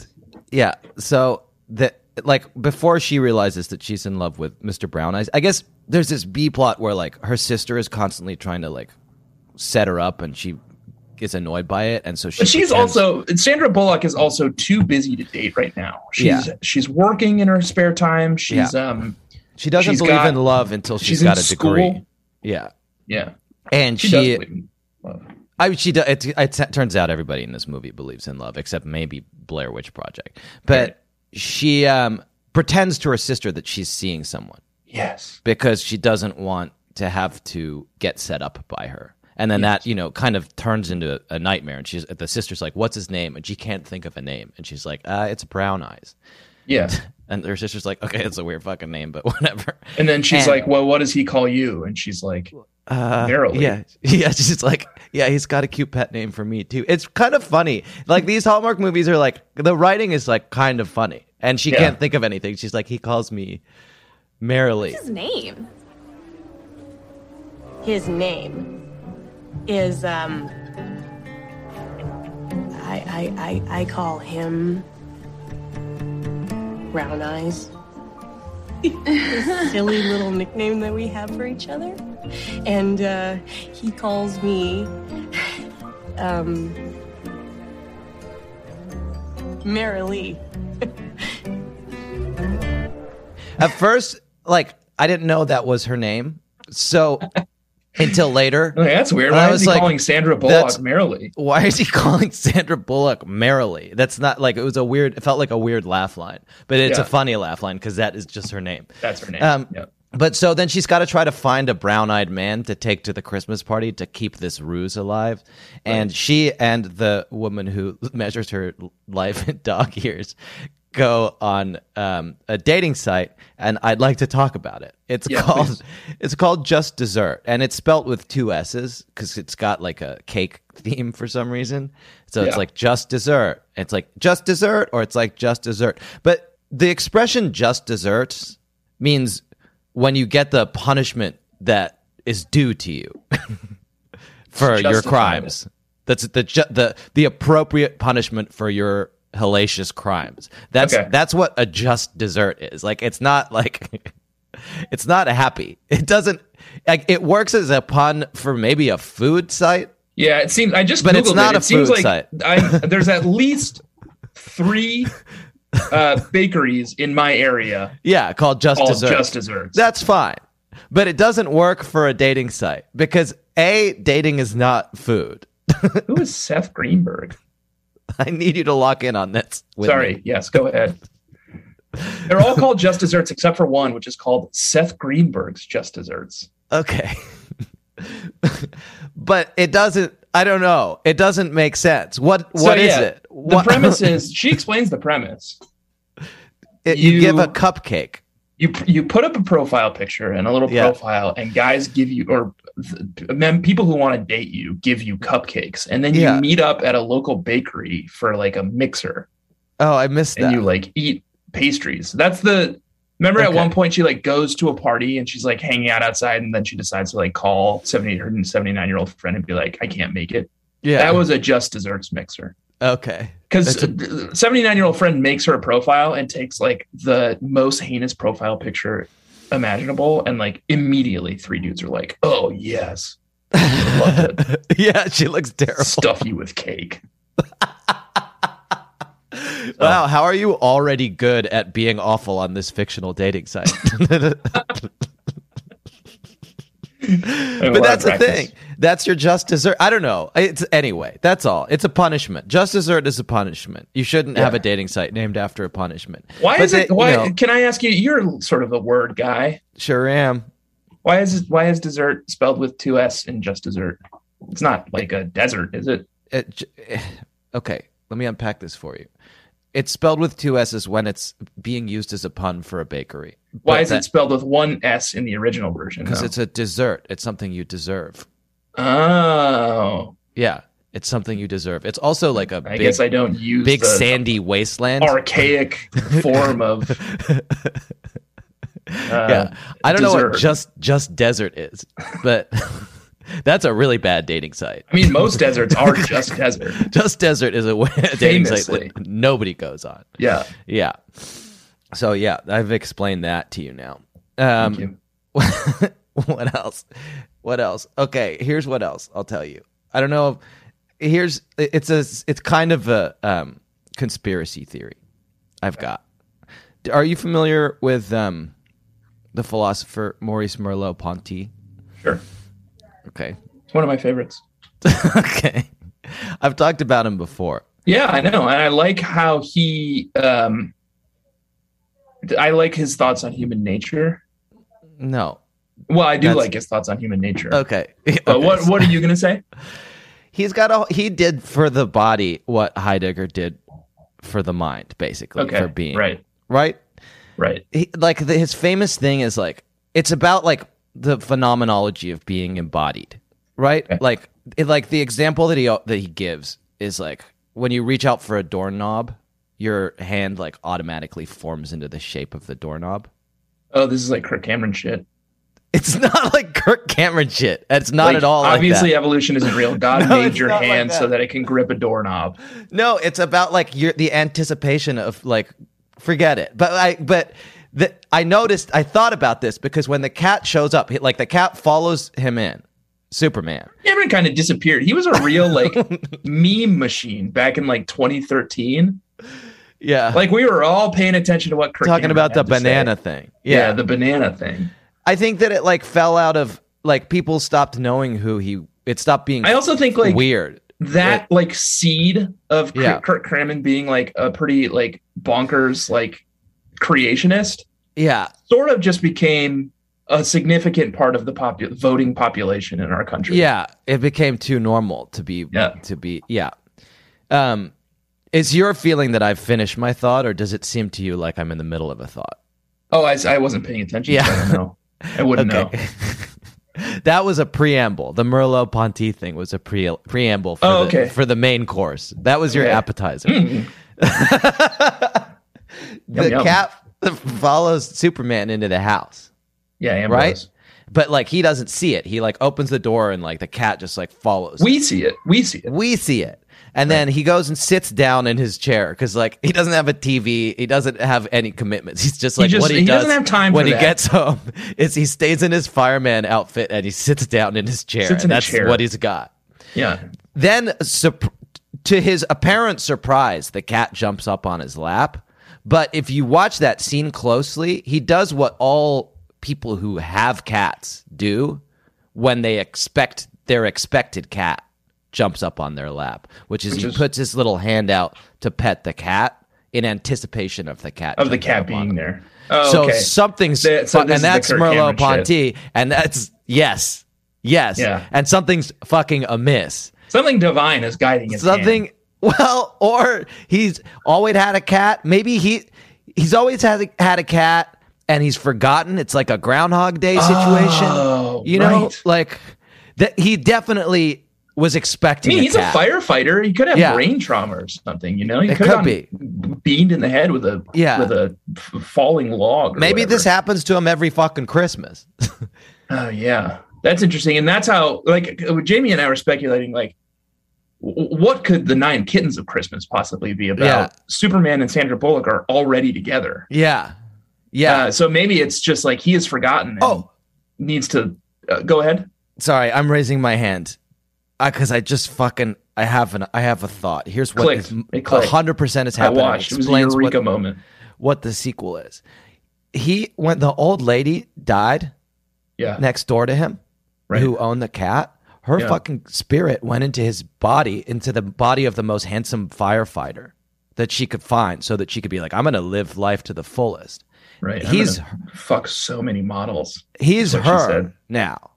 [SPEAKER 2] Yeah, so that like before she realizes that she's in love with Mr. Brown Eyes, I guess there's this B plot where like her sister is constantly trying to like set her up, and she gets annoyed by it, and so she
[SPEAKER 3] But she's
[SPEAKER 2] pretends-
[SPEAKER 3] also Sandra Bullock is also too busy to date right now. She's
[SPEAKER 2] Yeah.
[SPEAKER 3] she's working in her spare time. She's um
[SPEAKER 2] she doesn't
[SPEAKER 3] she's
[SPEAKER 2] believe
[SPEAKER 3] got-
[SPEAKER 2] in love until
[SPEAKER 3] she's
[SPEAKER 2] she's got
[SPEAKER 3] in
[SPEAKER 2] a degree.
[SPEAKER 3] school.
[SPEAKER 2] Yeah,
[SPEAKER 3] yeah.
[SPEAKER 2] and
[SPEAKER 3] She,
[SPEAKER 2] she,
[SPEAKER 3] does believe in love.
[SPEAKER 2] I mean, she does. It, it, turns out everybody in this movie believes in love, except maybe Blair Witch Project. But
[SPEAKER 3] Right.
[SPEAKER 2] she um, pretends to her sister that she's seeing someone
[SPEAKER 3] Yes.
[SPEAKER 2] because she doesn't want to have to get set up by her. And then that, you know, kind of turns into a nightmare. And she's the sister's like, "What's his name?" And she can't think of a name. And she's like, "Uh, it's Brown Eyes."
[SPEAKER 3] Yeah.
[SPEAKER 2] And her sister's like, "Okay, it's a weird fucking name, but whatever."
[SPEAKER 3] And then she's
[SPEAKER 2] And-
[SPEAKER 3] like, "Well, what does he call you?" And she's like,
[SPEAKER 2] Uh,
[SPEAKER 3] Merrily.
[SPEAKER 2] Yeah, yeah. It's just like, yeah, he's got a cute pet name for me too. It's kind of funny. Like these Hallmark movies are like the writing is like kind of funny, and she
[SPEAKER 3] Yeah.
[SPEAKER 2] can't think of anything. She's like, he calls me Merrily.
[SPEAKER 10] His name.
[SPEAKER 6] His name is um I I I, I call him Brown Eyes. this silly little nickname that we have for each other. And uh, he calls me um Marilee.
[SPEAKER 2] At first, like I didn't know that was her name, so until later,
[SPEAKER 3] Okay, that's weird.
[SPEAKER 2] And
[SPEAKER 3] Why
[SPEAKER 2] I
[SPEAKER 3] is
[SPEAKER 2] was
[SPEAKER 3] he
[SPEAKER 2] like,
[SPEAKER 3] calling Sandra
[SPEAKER 2] that's-
[SPEAKER 3] Bullock merrily?
[SPEAKER 2] Why is he calling Sandra Bullock merrily? That's not like it was a weird. It felt like a weird laugh line, but it's
[SPEAKER 3] Yeah.
[SPEAKER 2] a funny laugh line because that is just her name.
[SPEAKER 3] That's her name.
[SPEAKER 2] Um,
[SPEAKER 3] Yep.
[SPEAKER 2] But so then she's got to try to find a brown eyed man to take to the Christmas party to keep this ruse alive. And she and the woman who measures her life in dog years go on um, a dating site, and I'd like to talk about it. It's
[SPEAKER 3] Yeah,
[SPEAKER 2] called
[SPEAKER 3] please.
[SPEAKER 2] it's called Just Dessert, and it's spelt with two S's because it's got like a cake theme for some reason. So it's
[SPEAKER 3] Yeah.
[SPEAKER 2] like just dessert. It's like just dessert, or it's like just dessert. But the expression "just desserts" means when you get the punishment that is due to you for your
[SPEAKER 3] Justifiable.
[SPEAKER 2] crimes. That's the ju- the the appropriate punishment for your hellacious crimes. That's
[SPEAKER 3] Okay.
[SPEAKER 2] that's what a just dessert is. Like it's not like it's not happy. It doesn't like it works as a pun for maybe a food site.
[SPEAKER 3] Yeah, it seems. I just
[SPEAKER 2] But
[SPEAKER 3] googled
[SPEAKER 2] it's not
[SPEAKER 3] it.
[SPEAKER 2] a
[SPEAKER 3] it seems
[SPEAKER 2] food
[SPEAKER 3] like
[SPEAKER 2] site.
[SPEAKER 3] I, there's at least three uh, bakeries in my area
[SPEAKER 2] Yeah, called just
[SPEAKER 3] all
[SPEAKER 2] dessert.
[SPEAKER 3] just desserts.
[SPEAKER 2] That's fine. But it doesn't work for a dating site because A, dating is not food.
[SPEAKER 3] Who is Seth Greenberg?
[SPEAKER 2] I need you to lock in on this. with
[SPEAKER 3] Sorry.
[SPEAKER 2] me.
[SPEAKER 3] Yes, go ahead. They're all called just desserts except for one, which is called Seth Greenberg's Just Desserts.
[SPEAKER 2] Okay. but it doesn't I don't know. It doesn't make sense. What
[SPEAKER 3] So,
[SPEAKER 2] What is
[SPEAKER 3] yeah,
[SPEAKER 2] it?
[SPEAKER 3] The premise is she explains the premise.
[SPEAKER 2] It- you,
[SPEAKER 3] you-
[SPEAKER 2] give a cupcake.
[SPEAKER 3] you you put up a profile picture and a little
[SPEAKER 2] Yeah.
[SPEAKER 3] profile and guys give you or th- men people who want to date you give you cupcakes and then you
[SPEAKER 2] Yeah.
[SPEAKER 3] meet up at a local bakery for like a mixer
[SPEAKER 2] Oh, I missed
[SPEAKER 3] and
[SPEAKER 2] that.
[SPEAKER 3] you like eat pastries that's the remember at
[SPEAKER 2] Okay.
[SPEAKER 3] one point she like goes to a party and she's like hanging out outside and then she decides to like call 70 her 79 year old friend and be like i can't make it
[SPEAKER 2] yeah.
[SPEAKER 3] that was a just desserts mixer
[SPEAKER 2] okay.
[SPEAKER 3] because
[SPEAKER 2] That's a-
[SPEAKER 3] 79 year old friend makes her a profile and takes like the most heinous profile picture imaginable and like immediately three dudes are like oh yes Love
[SPEAKER 2] yeah, she looks terrible.
[SPEAKER 3] stuff you with cake
[SPEAKER 2] Wow, how are you already good at being awful on this fictional dating site?
[SPEAKER 3] And a
[SPEAKER 2] but
[SPEAKER 3] lot
[SPEAKER 2] that's
[SPEAKER 3] of
[SPEAKER 2] the
[SPEAKER 3] practice.
[SPEAKER 2] thing. That's your just dessert. I don't know. It's anyway. That's all. It's a punishment. Just dessert is a punishment. You shouldn't have
[SPEAKER 3] Yeah.
[SPEAKER 2] a dating site named after a punishment.
[SPEAKER 3] why
[SPEAKER 2] But
[SPEAKER 3] is it
[SPEAKER 2] they- you
[SPEAKER 3] why
[SPEAKER 2] know,
[SPEAKER 3] can i ask you you're sort of a word guy
[SPEAKER 2] sure am.
[SPEAKER 3] why is why is dessert spelled with two s and just dessert it's not like a desert is it
[SPEAKER 2] It j- eh, okay, let me unpack this for you. It's spelled with two s's when it's being used as a pun for a bakery.
[SPEAKER 3] why is it spelled with one s in the original version
[SPEAKER 2] Because
[SPEAKER 3] though?
[SPEAKER 2] it's a dessert. It's something you deserve.
[SPEAKER 3] oh
[SPEAKER 2] Yeah, it's something you deserve. It's also like a
[SPEAKER 3] i
[SPEAKER 2] big,
[SPEAKER 3] guess i don't use
[SPEAKER 2] big
[SPEAKER 3] the
[SPEAKER 2] sandy wasteland.
[SPEAKER 3] archaic form of uh,
[SPEAKER 2] yeah, I don't know what
[SPEAKER 3] dessert.
[SPEAKER 2] just just desert is, but that's a really bad dating site.
[SPEAKER 3] I mean, most deserts are just desert.
[SPEAKER 2] Just desert is a wa- dating site
[SPEAKER 3] Famously.
[SPEAKER 2] that nobody goes on.
[SPEAKER 3] Yeah.
[SPEAKER 2] Yeah. So yeah, I've explained that to you now.
[SPEAKER 3] Thank
[SPEAKER 2] Um,
[SPEAKER 3] you.
[SPEAKER 2] what else? What else? Okay, here's what else I'll tell you. I don't know. If, here's it's a it's kind of a um, conspiracy theory. I've got. Are you familiar with um, the philosopher Maurice Merleau-Ponty?
[SPEAKER 3] Sure.
[SPEAKER 2] Okay.
[SPEAKER 3] It's one of my favorites.
[SPEAKER 2] okay. I've talked about him before.
[SPEAKER 3] Yeah, I know. And I like how he um I like his thoughts on human nature.
[SPEAKER 2] No.
[SPEAKER 3] Well, I do
[SPEAKER 2] That's-
[SPEAKER 3] like his thoughts on human nature.
[SPEAKER 2] Okay.
[SPEAKER 3] But
[SPEAKER 2] Okay,
[SPEAKER 3] Uh, what what are you gonna say?
[SPEAKER 2] He's got a he did for the body what Heidegger did for the mind, basically
[SPEAKER 3] Okay.
[SPEAKER 2] for being
[SPEAKER 3] Right.
[SPEAKER 2] right.
[SPEAKER 3] Right.
[SPEAKER 2] He, like the, his famous thing is like it's about like the phenomenology of being embodied, right? Like, it, like the example that he that he gives is like when you reach out for a doorknob, your hand like automatically forms into the shape of the doorknob.
[SPEAKER 3] Oh, this is like Kirk Cameron shit.
[SPEAKER 2] It's not like Kirk Cameron shit. It's not
[SPEAKER 3] Like,
[SPEAKER 2] at all.
[SPEAKER 3] Obviously,
[SPEAKER 2] like that.
[SPEAKER 3] evolution isn't real. God
[SPEAKER 2] No,
[SPEAKER 3] made
[SPEAKER 2] it's
[SPEAKER 3] your
[SPEAKER 2] not like
[SPEAKER 3] hand so
[SPEAKER 2] that.
[SPEAKER 3] that it can grip a doorknob.
[SPEAKER 2] No, it's about like your, the anticipation of like forget it. But I but the, I noticed I thought about this because when the cat shows up, he, like the cat follows him in. Superman.
[SPEAKER 3] Cameron kind of disappeared. He was a real like meme machine back in like 2013.
[SPEAKER 2] Yeah.
[SPEAKER 3] Like we were all paying attention to what Kirk
[SPEAKER 2] talking
[SPEAKER 3] Cameron
[SPEAKER 2] about the
[SPEAKER 3] had to say.
[SPEAKER 2] banana thing.
[SPEAKER 3] Yeah.
[SPEAKER 2] Yeah.
[SPEAKER 3] the banana thing.
[SPEAKER 2] I think that it like fell out of like people stopped knowing who he it stopped being
[SPEAKER 3] I also think like
[SPEAKER 2] weird.
[SPEAKER 3] that like seed of Cr-
[SPEAKER 2] Yeah.
[SPEAKER 3] Kirk Crammond being like a pretty like bonkers like creationist
[SPEAKER 2] Yeah.
[SPEAKER 3] sort of just became a significant part of the popu- voting population in our country.
[SPEAKER 2] Yeah, it became too normal to be
[SPEAKER 3] Yeah.
[SPEAKER 2] to be yeah. Um is your feeling that I've finished my thought or does it seem to you like I'm in the middle of a thought?
[SPEAKER 3] Oh, I, I wasn't paying attention. Yeah.
[SPEAKER 2] Yeah.
[SPEAKER 3] So I don't know. I wouldn't know.
[SPEAKER 2] that was a preamble. The Merlot Ponty thing was a pre- preamble for,
[SPEAKER 3] Oh,
[SPEAKER 2] the,
[SPEAKER 3] okay.
[SPEAKER 2] for the main course. That was your
[SPEAKER 3] Okay.
[SPEAKER 2] appetizer.
[SPEAKER 3] Mm.
[SPEAKER 2] The
[SPEAKER 3] Yum, yum.
[SPEAKER 2] cat follows Superman into the house,
[SPEAKER 3] Yeah, Ambrose.
[SPEAKER 2] right? But like he doesn't see it. He like opens the door and like the cat just like follows.
[SPEAKER 3] We see it. We see it.
[SPEAKER 2] we see it. And then he goes and sits down in his chair because, like, he doesn't have a TV. He doesn't have any commitments. He's just like
[SPEAKER 3] just-
[SPEAKER 2] what he,
[SPEAKER 3] he
[SPEAKER 2] does
[SPEAKER 3] doesn't have time
[SPEAKER 2] when
[SPEAKER 3] for
[SPEAKER 2] he
[SPEAKER 3] that.
[SPEAKER 2] gets home is he stays in his fireman outfit and he sits down in his chair.
[SPEAKER 3] Sits in
[SPEAKER 2] and
[SPEAKER 3] a
[SPEAKER 2] that's
[SPEAKER 3] chair.
[SPEAKER 2] what he's got.
[SPEAKER 3] Yeah.
[SPEAKER 2] Then, sup- to his apparent surprise, the cat jumps up on his lap. But if you watch that scene closely, he does what all people who have cats do when they expect their expected cat jumps up on their lap, which is he
[SPEAKER 3] is-
[SPEAKER 2] puts his little hand out to pet the cat in anticipation of the cat
[SPEAKER 3] Of the
[SPEAKER 2] jumping
[SPEAKER 3] cat
[SPEAKER 2] up on
[SPEAKER 3] being
[SPEAKER 2] him.
[SPEAKER 3] there. Oh,
[SPEAKER 2] so
[SPEAKER 3] okay.
[SPEAKER 2] something's
[SPEAKER 3] The- so
[SPEAKER 2] fu-
[SPEAKER 3] this
[SPEAKER 2] and
[SPEAKER 3] is the
[SPEAKER 2] that's
[SPEAKER 3] Kirk
[SPEAKER 2] Merleau
[SPEAKER 3] Cameron
[SPEAKER 2] Ponty, and that's yes, yes,
[SPEAKER 3] Yeah.
[SPEAKER 2] and something's fucking amiss
[SPEAKER 3] Something divine is guiding his hand.
[SPEAKER 2] something well or he's always had a cat maybe he he's always had a, had a cat and he's forgotten it's like a groundhog day situation
[SPEAKER 3] Oh,
[SPEAKER 2] you know
[SPEAKER 3] right.
[SPEAKER 2] like that he definitely was
[SPEAKER 3] I
[SPEAKER 2] expecting
[SPEAKER 3] mean,
[SPEAKER 2] a
[SPEAKER 3] he's
[SPEAKER 2] cat.
[SPEAKER 3] a firefighter. He could have
[SPEAKER 2] Yeah.
[SPEAKER 3] brain trauma or something. You know, he
[SPEAKER 2] It
[SPEAKER 3] could've
[SPEAKER 2] could be.
[SPEAKER 3] gotten beamed in the head with a
[SPEAKER 2] Yeah.
[SPEAKER 3] with a f- falling log. or
[SPEAKER 2] maybe this
[SPEAKER 3] whatever.
[SPEAKER 2] happens to him every fucking christmas
[SPEAKER 3] Oh yeah, that's interesting. And that's how like Jamie and I were speculating like. w- What could the nine kittens of Christmas possibly be about?
[SPEAKER 2] Yeah.
[SPEAKER 3] Superman and Sandra Bullock are already together.
[SPEAKER 2] yeah yeah
[SPEAKER 3] Uh, so maybe it's just like he is forgotten. and
[SPEAKER 2] oh
[SPEAKER 3] needs to uh, go ahead.
[SPEAKER 2] sorry i'm raising my hand because i just fucking i have an i have a thought here's what
[SPEAKER 3] Clicked.
[SPEAKER 2] is
[SPEAKER 3] It clicked.
[SPEAKER 2] 100% is
[SPEAKER 3] I
[SPEAKER 2] happening
[SPEAKER 3] watched. It was a
[SPEAKER 2] Explains what-
[SPEAKER 3] eureka moment.
[SPEAKER 2] what the sequel is. He when the old lady died
[SPEAKER 3] Yeah.
[SPEAKER 2] next door to him,
[SPEAKER 3] Right.
[SPEAKER 2] who owned the cat, her
[SPEAKER 3] Yeah.
[SPEAKER 2] fucking spirit went into his body, into the body of the most handsome firefighter that she could find, so that she could be like, I'm gonna live life to the fullest.
[SPEAKER 3] Right. I'm
[SPEAKER 2] He's
[SPEAKER 3] gonna fuck so many models.
[SPEAKER 2] he's
[SPEAKER 3] what she
[SPEAKER 2] her
[SPEAKER 3] said.
[SPEAKER 2] now.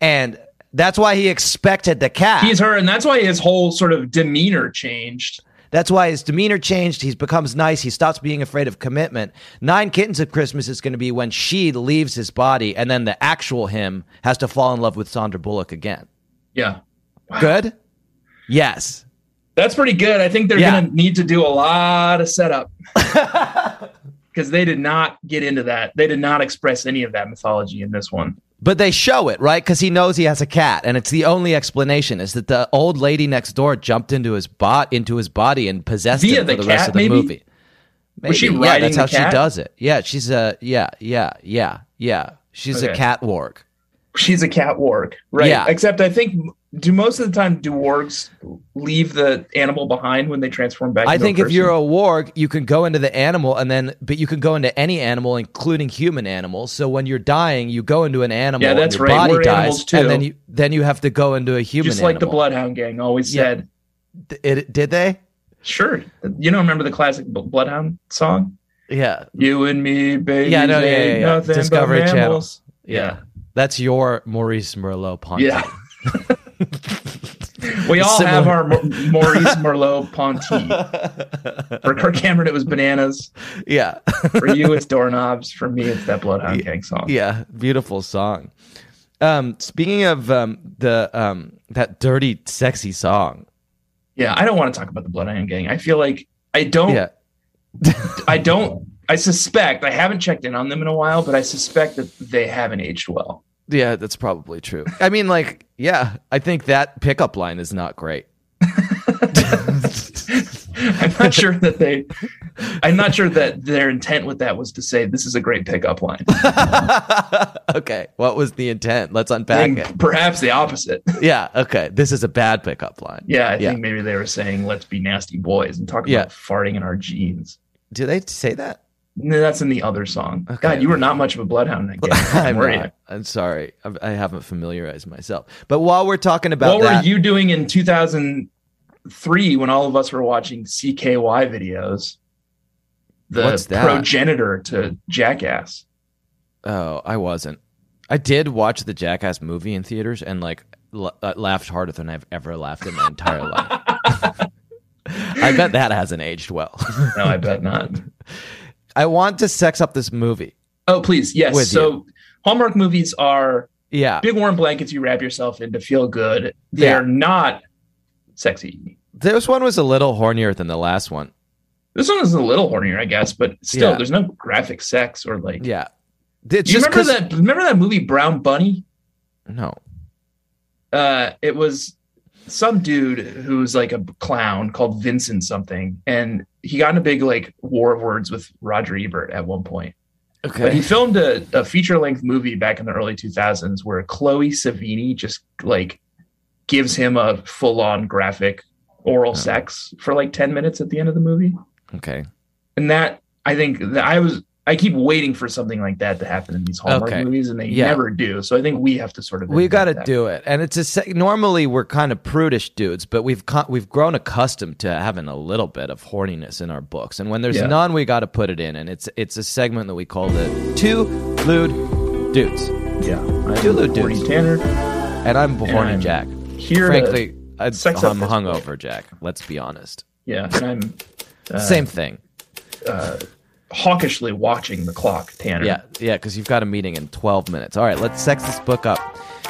[SPEAKER 2] And that's why he expected the cat.
[SPEAKER 3] He's her, and that's why his whole sort of demeanor changed.
[SPEAKER 2] That's why his demeanor changed. He becomes nice. He stops being afraid of commitment. Nine Kittens of Christmas is going to be when she leaves his body, and then the actual him has to fall in love with Sandra Bullock again.
[SPEAKER 3] Yeah.
[SPEAKER 2] Good? Yes.
[SPEAKER 3] That's pretty good. I think they're
[SPEAKER 2] Yeah.
[SPEAKER 3] gonna need to do a lot of setup. Because they did not get into that. They did not express any of that mythology in this one.
[SPEAKER 2] But they show it, right? Because he knows he has a cat, and it's the only explanation is that the old lady next door jumped into his bot into his body and possessed
[SPEAKER 3] Via
[SPEAKER 2] him for
[SPEAKER 3] the
[SPEAKER 2] the, rest
[SPEAKER 3] cat,
[SPEAKER 2] of the
[SPEAKER 3] maybe?
[SPEAKER 2] movie. Maybe.
[SPEAKER 3] she
[SPEAKER 2] yeah,
[SPEAKER 3] riding
[SPEAKER 2] that's
[SPEAKER 3] the
[SPEAKER 2] how
[SPEAKER 3] cat?
[SPEAKER 2] she does it. Yeah, she's a yeah, yeah, yeah, yeah. She's a
[SPEAKER 3] Okay.
[SPEAKER 2] cat warg.
[SPEAKER 3] She's a cat warg, right?
[SPEAKER 2] Yeah.
[SPEAKER 3] Except I think do most of the time do wargs leave the animal behind when they transform back?
[SPEAKER 2] I
[SPEAKER 3] into a
[SPEAKER 2] think if you're
[SPEAKER 3] person?
[SPEAKER 2] a warg, you can go into the animal and then, but you can go into any animal, including human animals. So when you're dying, you go into an animal.
[SPEAKER 3] Yeah,
[SPEAKER 2] and
[SPEAKER 3] that's
[SPEAKER 2] your
[SPEAKER 3] right.
[SPEAKER 2] Body
[SPEAKER 3] We're
[SPEAKER 2] dies,
[SPEAKER 3] animals too.
[SPEAKER 2] and then you then you have to go into a human.
[SPEAKER 3] just like the
[SPEAKER 2] animal.
[SPEAKER 3] Bloodhound Gang always
[SPEAKER 2] Yeah.
[SPEAKER 3] said,
[SPEAKER 2] D- It, did they?
[SPEAKER 3] Sure. You don't remember the classic B- Bloodhound song?
[SPEAKER 2] Yeah,
[SPEAKER 3] You and me, baby.
[SPEAKER 2] Yeah, no, yeah,
[SPEAKER 3] ain't
[SPEAKER 2] yeah, yeah.
[SPEAKER 3] nothing but
[SPEAKER 2] Discovery Channel.
[SPEAKER 3] mammals.
[SPEAKER 2] yeah. That's your Maurice Merlot Ponty.
[SPEAKER 3] Yeah. We all have
[SPEAKER 2] Similar-
[SPEAKER 3] our Mo- Maurice Merlot Ponty. For Kirk Cameron, it was bananas.
[SPEAKER 2] yeah,
[SPEAKER 3] For you, it's doorknobs. For me, it's that Bloodhound Gang song.
[SPEAKER 2] yeah, beautiful song. Um, speaking of um, the um, that dirty, sexy song,
[SPEAKER 3] Yeah, I don't want to talk about the Bloodhound Gang. I feel like I don't.
[SPEAKER 2] yeah,
[SPEAKER 3] I don't. I suspect I haven't checked in on them in a while, but I suspect that they haven't aged well.
[SPEAKER 2] yeah, that's probably true. I mean, like, yeah, I think that pickup line is not great.
[SPEAKER 3] I'm not sure that they. I'm not sure that their intent with that was to say this is a great pickup line.
[SPEAKER 2] okay, what was the intent? Let's
[SPEAKER 3] I
[SPEAKER 2] unpack
[SPEAKER 3] think
[SPEAKER 2] it.
[SPEAKER 3] perhaps the opposite.
[SPEAKER 2] Yeah, okay, this is a bad pickup line.
[SPEAKER 3] Yeah, I
[SPEAKER 2] Yeah.
[SPEAKER 3] think maybe they were saying let's be nasty boys and talk about
[SPEAKER 2] Yeah.
[SPEAKER 3] farting in our jeans.
[SPEAKER 2] Do they say that?
[SPEAKER 3] No, that's in the other song.
[SPEAKER 2] Okay.
[SPEAKER 3] God, you were not much of a bloodhound. in that game.
[SPEAKER 2] I'm,
[SPEAKER 3] were you?
[SPEAKER 2] not. I'm sorry. I, I haven't familiarized myself. But while we're talking about
[SPEAKER 3] What
[SPEAKER 2] that,
[SPEAKER 3] were you doing in 2003 when all of us were watching CKY videos? The
[SPEAKER 2] What's that?
[SPEAKER 3] progenitor to Jackass.
[SPEAKER 2] oh, I wasn't. I did watch the Jackass movie in theaters and like la- uh, laughed harder than I've ever laughed in my entire life. I bet that hasn't aged well.
[SPEAKER 3] No, I bet not.
[SPEAKER 2] I want to sex up this movie.
[SPEAKER 3] Oh, please. Yes.
[SPEAKER 2] With
[SPEAKER 3] so Hallmark movies are
[SPEAKER 2] Yeah,
[SPEAKER 3] big warm blankets you wrap yourself in to feel good. They're not sexy.
[SPEAKER 2] this one was a little hornier than the last one.
[SPEAKER 3] This one is a little hornier, I guess, but still,
[SPEAKER 2] Yeah.
[SPEAKER 3] there's no graphic sex or like.
[SPEAKER 2] Yeah, it's
[SPEAKER 3] Do you
[SPEAKER 2] just
[SPEAKER 3] remember
[SPEAKER 2] 'cause-
[SPEAKER 3] that? Remember that movie Brown Bunny?
[SPEAKER 2] No,
[SPEAKER 3] uh, it was some dude who was like a clown called Vincent something, and he got in a big like war of words with Roger Ebert at one point. But he
[SPEAKER 2] okay,
[SPEAKER 3] filmed a, a feature length movie back in the early 2000s where Chloe Savini just like gives him a full on graphic
[SPEAKER 2] Oh.
[SPEAKER 3] oral sex for like 10 minutes at the end of the movie.
[SPEAKER 2] okay,
[SPEAKER 3] And that I think that I was I keep waiting for something like that to happen in these Hallmark
[SPEAKER 2] Okay.
[SPEAKER 3] movies, and they
[SPEAKER 2] Yeah.
[SPEAKER 3] never do. So I think we have to sort of
[SPEAKER 2] we
[SPEAKER 3] invent
[SPEAKER 2] got to
[SPEAKER 3] that.
[SPEAKER 2] do it. And it's a sec- normally we're kind of prudish dudes, but we've co- we've grown accustomed to having a little bit of horniness in our books. And when there's
[SPEAKER 3] Yeah.
[SPEAKER 2] none, we got to put it in. And it's it's a segment that we call the two lewd dudes.
[SPEAKER 3] Yeah, I'm
[SPEAKER 2] Do the
[SPEAKER 3] Corey
[SPEAKER 2] dudes.
[SPEAKER 3] Tanner.
[SPEAKER 2] And I'm horny,
[SPEAKER 3] I'm
[SPEAKER 2] Jack.
[SPEAKER 3] here to
[SPEAKER 2] frankly, I, I'm
[SPEAKER 3] sex up this
[SPEAKER 2] hungover, Jack. Let's be honest.
[SPEAKER 3] Yeah, and I'm
[SPEAKER 2] Same thing.
[SPEAKER 3] hawkishly watching the clock, Tanner.
[SPEAKER 2] Yeah, yeah, because you've got a meeting in 12 minutes. All right, let's sex this book up.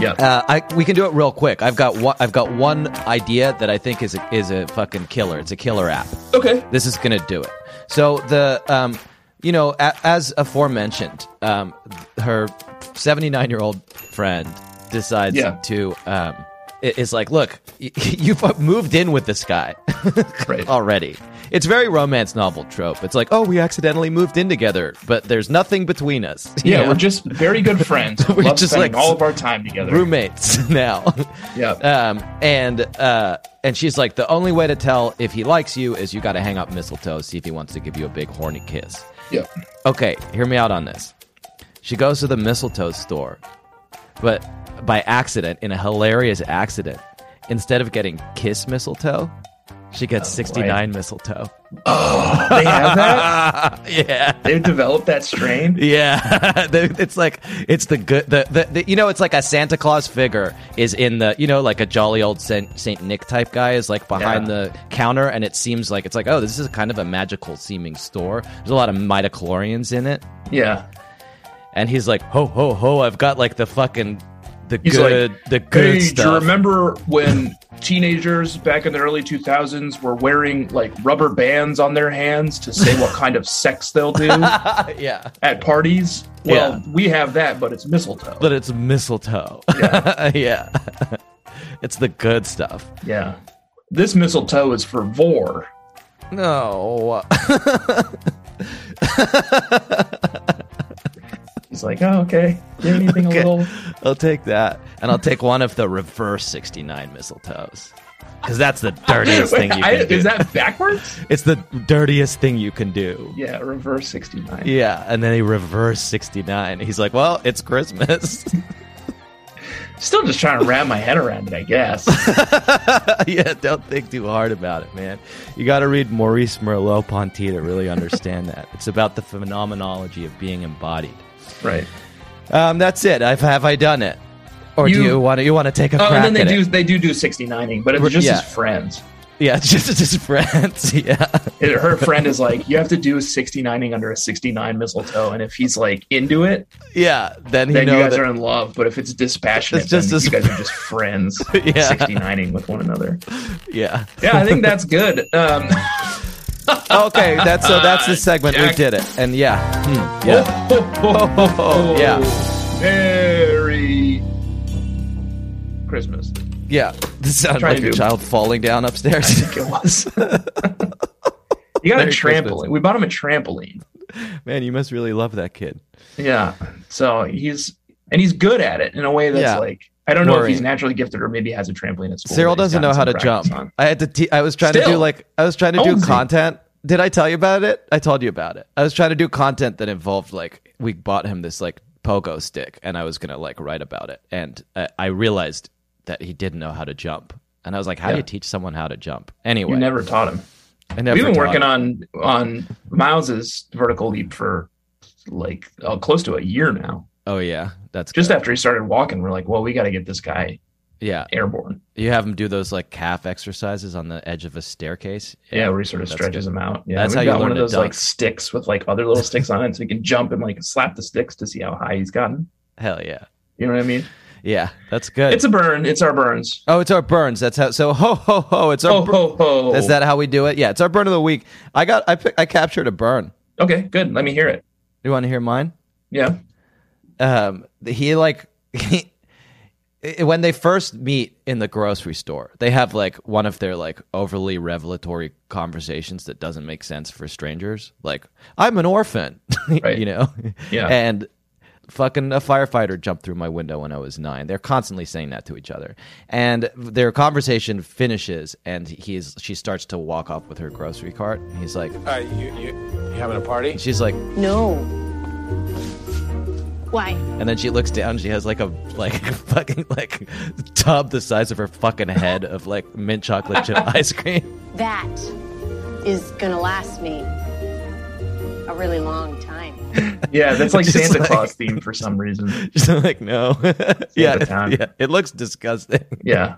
[SPEAKER 3] Yeah.
[SPEAKER 2] Uh, I, we can do it real quick. I've got one, I've got one idea that I think is a, is a fucking killer. It's a killer app.
[SPEAKER 3] Okay.
[SPEAKER 2] This is gonna do it. So the um, you know, a, as aforementioned, um, her seventy nine year old friend decides
[SPEAKER 3] Yeah.
[SPEAKER 2] to um, i- is like, look, y- you've moved in with this guy
[SPEAKER 3] Right.
[SPEAKER 2] already. It's very romance novel trope. It's like, oh, we accidentally moved in together, but there's nothing between us. you
[SPEAKER 3] Yeah,
[SPEAKER 2] know?
[SPEAKER 3] we're just very good friends.
[SPEAKER 2] We're
[SPEAKER 3] we love
[SPEAKER 2] just
[SPEAKER 3] spending
[SPEAKER 2] like
[SPEAKER 3] all of our time together.
[SPEAKER 2] roommates now.
[SPEAKER 3] Yeah.
[SPEAKER 2] Um, and uh, and she's like, the only way to tell if he likes you is you got to hang up mistletoe, see if he wants to give you a big horny kiss.
[SPEAKER 3] yeah.
[SPEAKER 2] Okay, hear me out on this. She goes to the mistletoe store, but by accident, in a hilarious accident, instead of getting kiss mistletoe, she
[SPEAKER 3] Oh,
[SPEAKER 2] gets 69 mistletoe.
[SPEAKER 3] They have that.
[SPEAKER 2] yeah.
[SPEAKER 3] They've developed that strain.
[SPEAKER 2] Yeah, The- it's like it's the good the, the, the you know it's like a Santa Claus figure is in the you know like a jolly old Saint, Saint Nick type guy is like behind
[SPEAKER 3] Yeah.
[SPEAKER 2] the counter and it seems like it's like oh this is kind of a magical seeming store. There's a lot of mitochlorians in it
[SPEAKER 3] Yeah.
[SPEAKER 2] and he's like ho ho ho I've got like the fucking the
[SPEAKER 3] He's
[SPEAKER 2] good
[SPEAKER 3] like,
[SPEAKER 2] the good
[SPEAKER 3] hey, do you
[SPEAKER 2] stuff.
[SPEAKER 3] remember when teenagers back in the early 2000s were wearing like rubber bands on their hands to say what kind of sex they'll do
[SPEAKER 2] yeah.
[SPEAKER 3] at parties? Well,
[SPEAKER 2] Yeah.
[SPEAKER 3] we have that, but it's mistletoe.
[SPEAKER 2] But it's mistletoe. Yeah. it's the good stuff.
[SPEAKER 3] yeah. This mistletoe is for vor.
[SPEAKER 2] No.
[SPEAKER 3] He's like, oh, okay. Give me anything a little.
[SPEAKER 2] I'll take that, and I'll take one of the reverse sixty-nine mistletoes, because that's the dirtiest thing you
[SPEAKER 3] I-
[SPEAKER 2] can do.
[SPEAKER 3] is that backwards?
[SPEAKER 2] It's the dirtiest thing you can do.
[SPEAKER 3] yeah, reverse 69.
[SPEAKER 2] Yeah, and then he reverse sixty-nine. He's like, "Well, it's Christmas."
[SPEAKER 3] Still just trying to wrap my head around it, I guess.
[SPEAKER 2] yeah, don't think too hard about it, man. You got to read Maurice Merleau-Ponty to really understand that. It's about the phenomenology of being embodied.
[SPEAKER 3] right.
[SPEAKER 2] Um, that's it. I've, have I done it? Or do
[SPEAKER 3] You-
[SPEAKER 2] you want to you want to take a
[SPEAKER 3] Oh,
[SPEAKER 2] crack
[SPEAKER 3] and then they
[SPEAKER 2] at
[SPEAKER 3] do
[SPEAKER 2] it?
[SPEAKER 3] they do do 69ing, but it's just
[SPEAKER 2] Yeah.
[SPEAKER 3] his friends.
[SPEAKER 2] Yeah, it's just it's just friends. Yeah,
[SPEAKER 3] It- her friend is like, you have to do 69ing under a 69 mistletoe, and if he's like into it,
[SPEAKER 2] yeah. Then he
[SPEAKER 3] then you,
[SPEAKER 2] know
[SPEAKER 3] guys
[SPEAKER 2] that,
[SPEAKER 3] are in love. But if it's dispassionate,
[SPEAKER 2] It's just
[SPEAKER 3] then
[SPEAKER 2] dis-
[SPEAKER 3] you guys are just friends,
[SPEAKER 2] Yeah.
[SPEAKER 3] 69ing with one another.
[SPEAKER 2] yeah.
[SPEAKER 3] Yeah, I think that's good. Um,
[SPEAKER 2] Okay, that's so that's the segment. We
[SPEAKER 3] Uh, Jack.
[SPEAKER 2] did it, and yeah, hmm, yeah, yeah.
[SPEAKER 3] Merry Christmas.
[SPEAKER 2] yeah. This sounds
[SPEAKER 3] Trying
[SPEAKER 2] like a
[SPEAKER 3] to-
[SPEAKER 2] child falling down
[SPEAKER 3] I
[SPEAKER 2] upstairs.
[SPEAKER 3] think it was. you got
[SPEAKER 2] Merry
[SPEAKER 3] a trampoline.
[SPEAKER 2] Christmas.
[SPEAKER 3] We bought him a trampoline.
[SPEAKER 2] Man, you must really love that kid.
[SPEAKER 3] Yeah. So he's and he's good at it in a way that's
[SPEAKER 2] Yeah.
[SPEAKER 3] like I don't know if he's
[SPEAKER 2] Worrying.
[SPEAKER 3] naturally gifted or maybe has a trampoline at school.
[SPEAKER 2] Cyril
[SPEAKER 3] that he's
[SPEAKER 2] doesn't
[SPEAKER 3] gotten
[SPEAKER 2] know how
[SPEAKER 3] some
[SPEAKER 2] to
[SPEAKER 3] practice
[SPEAKER 2] jump.
[SPEAKER 3] on.
[SPEAKER 2] I had to. Te- I was trying to do
[SPEAKER 3] Still.
[SPEAKER 2] like I was trying to
[SPEAKER 3] How
[SPEAKER 2] do
[SPEAKER 3] old is he?
[SPEAKER 2] content. Did I tell you about it? I told you about it. I was trying to do content that involved like we bought him this like pogo stick, and I was gonna like write about it, and uh, I, I realized that he didn't know how to jump, and I was like, how do
[SPEAKER 3] Yeah.
[SPEAKER 2] you teach someone how to jump? Anyway,
[SPEAKER 3] You never taught him.
[SPEAKER 2] I never
[SPEAKER 3] We've been
[SPEAKER 2] taught
[SPEAKER 3] working
[SPEAKER 2] him.
[SPEAKER 3] on on Miles's vertical leap for like uh, close to a year now.
[SPEAKER 2] Oh yeah, that's
[SPEAKER 3] Just
[SPEAKER 2] good.
[SPEAKER 3] after he started walking, we're like, well, we got to get this guy
[SPEAKER 2] yeah.
[SPEAKER 3] airborne.
[SPEAKER 2] You have him do those like calf exercises on the edge of a staircase.
[SPEAKER 3] Yeah, where he sort of
[SPEAKER 2] that's
[SPEAKER 3] stretches him out. Yeah,
[SPEAKER 2] That's
[SPEAKER 3] we've
[SPEAKER 2] how you
[SPEAKER 3] got one
[SPEAKER 2] learn
[SPEAKER 3] of
[SPEAKER 2] to
[SPEAKER 3] those
[SPEAKER 2] dunk.
[SPEAKER 3] like sticks with like other little sticks on it, so he can jump and like slap the sticks to see how high he's gotten.
[SPEAKER 2] Hell yeah,
[SPEAKER 3] You know what I mean?
[SPEAKER 2] yeah. That's good.
[SPEAKER 3] It's a burn. It's our burns.
[SPEAKER 2] oh, it's our burns. That's how. So ho ho ho. It's our.
[SPEAKER 3] Oh
[SPEAKER 2] bur-
[SPEAKER 3] ho ho!
[SPEAKER 2] Is that how we do it? Yeah, it's our burn of the week. I got I pick, I captured a burn.
[SPEAKER 3] okay? Good. Let me hear it.
[SPEAKER 2] You want to hear mine?
[SPEAKER 3] Yeah.
[SPEAKER 2] Um, he like he, when they first meet in the grocery store, they have like one of their like overly revelatory conversations that doesn't make sense for strangers. Like I'm an orphan,
[SPEAKER 3] Right.
[SPEAKER 2] you know.
[SPEAKER 3] Yeah.
[SPEAKER 2] and fucking a firefighter jumped through my window when I was nine. They're constantly saying that to each other, and their conversation finishes, and he's she starts to walk off with her grocery cart. And he's like,
[SPEAKER 8] Uh, you, you, you having a party?
[SPEAKER 2] and she's like,
[SPEAKER 6] No.
[SPEAKER 5] Why?
[SPEAKER 2] and then she looks down. She has like a like fucking like tub the size of her fucking head of like mint chocolate chip ice cream.
[SPEAKER 5] That is gonna last me a really long time.
[SPEAKER 3] Yeah, that's like
[SPEAKER 2] Just
[SPEAKER 3] Santa
[SPEAKER 2] like-
[SPEAKER 3] Claus theme for some reason.
[SPEAKER 2] She's like, no, yeah,
[SPEAKER 3] the time.
[SPEAKER 2] yeah, it looks disgusting.
[SPEAKER 3] Yeah,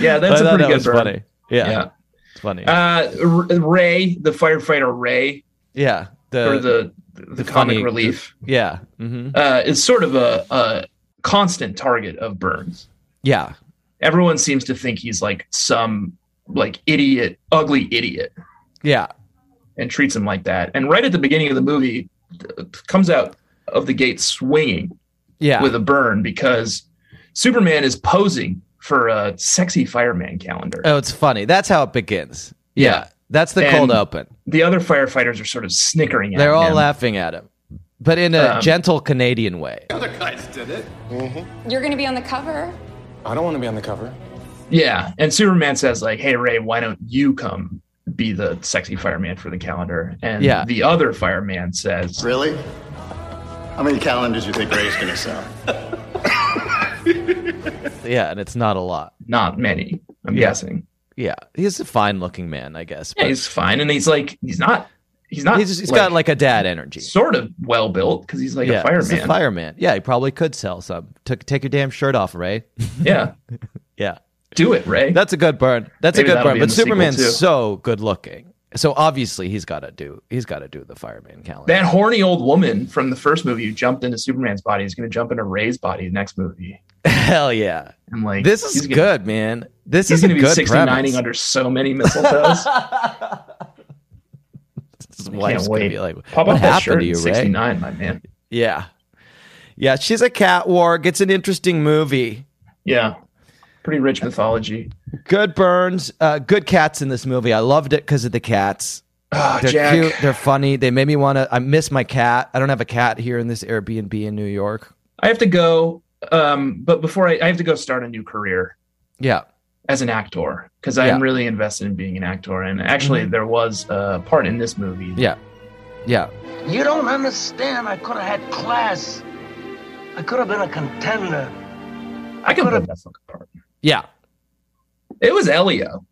[SPEAKER 3] yeah,
[SPEAKER 2] But
[SPEAKER 3] that's
[SPEAKER 2] I
[SPEAKER 3] a
[SPEAKER 2] thought
[SPEAKER 3] pretty
[SPEAKER 2] that
[SPEAKER 3] good
[SPEAKER 2] was
[SPEAKER 3] burn.
[SPEAKER 2] funny. Yeah,
[SPEAKER 3] Yeah,
[SPEAKER 2] it's funny.
[SPEAKER 3] uh, R- Ray, the firefighter Ray,
[SPEAKER 2] yeah, Uh, the,
[SPEAKER 3] or the the, comic
[SPEAKER 2] funny-
[SPEAKER 3] relief,
[SPEAKER 2] yeah, hmm
[SPEAKER 3] uh, is sort of a, a constant target of Burns.
[SPEAKER 2] yeah,
[SPEAKER 3] Everyone seems to think he's like some like idiot, ugly idiot,
[SPEAKER 2] yeah.
[SPEAKER 3] and treats him like that. And right at the beginning of the movie, uh, comes out of the gate swinging.
[SPEAKER 2] Yeah,
[SPEAKER 3] with a burn because Superman is posing for a sexy fireman calendar.
[SPEAKER 2] oh, it's funny. That's how it begins. Yeah,
[SPEAKER 3] Yeah.
[SPEAKER 2] that's the
[SPEAKER 3] And-
[SPEAKER 2] cold open.
[SPEAKER 3] the other firefighters are sort of snickering at
[SPEAKER 2] They're all
[SPEAKER 3] him.
[SPEAKER 2] laughing at him, but in a
[SPEAKER 3] Um,
[SPEAKER 2] gentle Canadian way.
[SPEAKER 1] You're gonna be on the cover.
[SPEAKER 8] I don't want to be on the cover.
[SPEAKER 3] Yeah, and Superman says like, "Hey Ray, why don't you come be the sexy fireman for the calendar?" And
[SPEAKER 2] Yeah.
[SPEAKER 3] the other fireman says,
[SPEAKER 10] Really? How many calendars do you think Ray's gonna sell?
[SPEAKER 2] Yeah, and it's not a lot.
[SPEAKER 3] "Not many." I'm
[SPEAKER 2] Yeah.
[SPEAKER 3] guessing.
[SPEAKER 2] Yeah, he's a fine-looking man, I guess.
[SPEAKER 3] Yeah,
[SPEAKER 2] but-
[SPEAKER 3] he's fine, and he's like, he's not, he's not.
[SPEAKER 2] He's, just, he's got like a dad energy.
[SPEAKER 3] sort of well built because he's like
[SPEAKER 2] yeah,
[SPEAKER 3] a fireman.
[SPEAKER 2] he's a fireman. Yeah, he probably could sell some. Took, take your damn shirt off, Ray.
[SPEAKER 3] yeah,
[SPEAKER 2] yeah,
[SPEAKER 3] do it, Ray.
[SPEAKER 2] that's a good burn. That's a
[SPEAKER 3] Maybe
[SPEAKER 2] good
[SPEAKER 3] that'll
[SPEAKER 2] burn.
[SPEAKER 3] be
[SPEAKER 2] But
[SPEAKER 3] in the sequel, too.
[SPEAKER 2] Superman's so good looking, so obviously he's got to do. He's got to do the fireman calendar.
[SPEAKER 3] That horny old woman from the first movie who jumped into Superman's body is going to jump into Ray's body next movie.
[SPEAKER 2] Hell yeah!
[SPEAKER 3] And like
[SPEAKER 2] This is
[SPEAKER 3] he's gonna-
[SPEAKER 2] good, man. This
[SPEAKER 3] He's
[SPEAKER 2] is a
[SPEAKER 3] going to be
[SPEAKER 2] good
[SPEAKER 3] 69ing
[SPEAKER 2] premise.
[SPEAKER 3] under so many mistletoes.
[SPEAKER 2] His wife's
[SPEAKER 3] I can't
[SPEAKER 2] gonna
[SPEAKER 3] wait.
[SPEAKER 2] be like,
[SPEAKER 3] Pop
[SPEAKER 2] what
[SPEAKER 3] up that
[SPEAKER 2] happened
[SPEAKER 3] shirt.
[SPEAKER 2] to you,
[SPEAKER 3] it's
[SPEAKER 2] Ray?
[SPEAKER 3] 69, my man.
[SPEAKER 2] Yeah, yeah. She's a cat war. Gets an interesting movie.
[SPEAKER 3] Yeah, pretty rich mythology.
[SPEAKER 2] Good burns. Uh, good cats in this movie. I loved it because of the cats.
[SPEAKER 3] Ah,
[SPEAKER 2] They're
[SPEAKER 3] Jack.
[SPEAKER 2] cute. They're funny. They made me want to. I miss my cat. I don't have a cat here in this Airbnb in New York.
[SPEAKER 3] I have to go. Um, but before I, I have to go start a new career
[SPEAKER 2] Yeah.
[SPEAKER 3] as an actor because
[SPEAKER 2] Yeah. Mm-hmm.
[SPEAKER 3] I'm really invested in being an actor. And actually, there was a part in this movie.
[SPEAKER 2] Yeah. Yeah.
[SPEAKER 10] You don't understand. I could have had class. I could have been a contender.
[SPEAKER 3] I could have that fucking part.
[SPEAKER 2] Yeah.
[SPEAKER 3] It was Elio.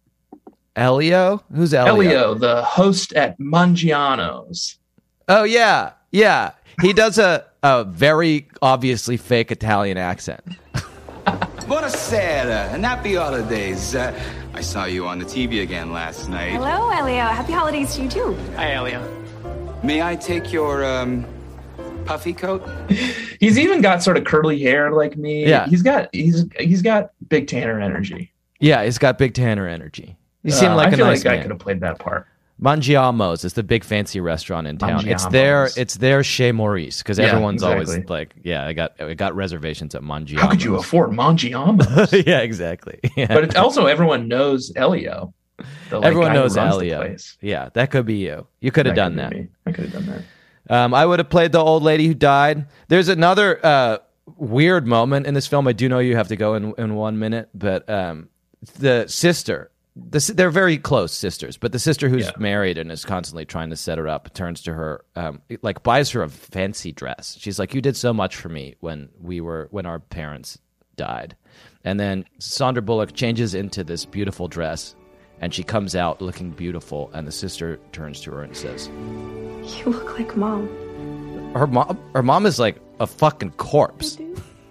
[SPEAKER 2] Elio? Who's Elio?
[SPEAKER 3] Elio, the host at Mangiano's.
[SPEAKER 2] Oh, yeah. Yeah. He does a, a very obviously fake Italian accent.
[SPEAKER 11] Buonasera, and happy holidays. Uh, I saw you on the TV again last night.
[SPEAKER 12] Hello, Elio. Happy holidays to you too.
[SPEAKER 11] Hi, Elia. May I take your um, puffy coat?
[SPEAKER 3] He's even got sort of curly hair like me.
[SPEAKER 2] Yeah.
[SPEAKER 3] He's got he's he's got big Tanner energy.
[SPEAKER 2] Yeah, he's got big Tanner energy. He seemed
[SPEAKER 3] Uh,
[SPEAKER 2] like
[SPEAKER 3] I
[SPEAKER 2] a
[SPEAKER 3] feel
[SPEAKER 2] nice
[SPEAKER 3] like I
[SPEAKER 2] man.
[SPEAKER 3] could have played that part.
[SPEAKER 2] Mangiamo's is the big fancy restaurant in town. It's their
[SPEAKER 3] Mangiamo's.
[SPEAKER 2] it's their Chez Maurice because
[SPEAKER 3] Yeah,
[SPEAKER 2] everyone's always
[SPEAKER 3] exactly.
[SPEAKER 2] like, yeah, I got I got reservations at Mangiamo's.
[SPEAKER 3] How could you afford Mangiama?
[SPEAKER 2] yeah, exactly. Yeah.
[SPEAKER 3] But it's also everyone knows Elio. the, like,
[SPEAKER 2] Everyone
[SPEAKER 3] guy who
[SPEAKER 2] knows
[SPEAKER 3] runs the
[SPEAKER 2] Elio.
[SPEAKER 3] place.
[SPEAKER 2] Yeah, that could be you. You could have done
[SPEAKER 3] That could
[SPEAKER 2] that.
[SPEAKER 3] be me. I could have done that.
[SPEAKER 2] Um, I would have played the old lady who died. There's another uh, weird moment in this film. I do know you have to go in, in one minute, but um, the sister, the, si- they're very close sisters, but the sister who's married and is constantly trying to set her up turns to her, um, it, like buys her a fancy dress. She's like, "You did so much for me when we were when our parents died," and then Sandra Bullock changes into this beautiful dress. And she comes out looking beautiful, and the sister turns to her and says,
[SPEAKER 12] You look like mom.
[SPEAKER 2] her mom her mom is like a fucking corpse.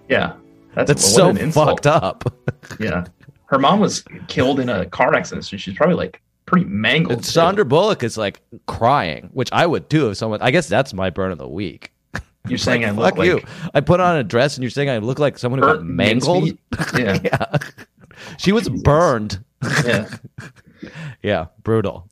[SPEAKER 3] Yeah.
[SPEAKER 2] That's,
[SPEAKER 3] what
[SPEAKER 2] so
[SPEAKER 3] an insult.
[SPEAKER 2] fucked up.
[SPEAKER 3] Yeah. Her mom was killed in a car accident, so she's probably like pretty mangled.
[SPEAKER 2] And Sandra Bullock is like crying, which I would do if someone I guess that's my burn of the week.
[SPEAKER 3] You're saying I look
[SPEAKER 2] fuck you. I put on a dress and you're saying I look like someone who got
[SPEAKER 3] Burnt
[SPEAKER 2] mangled.
[SPEAKER 3] Yeah.
[SPEAKER 2] She was burned.
[SPEAKER 3] Yeah.
[SPEAKER 2] yeah, brutal.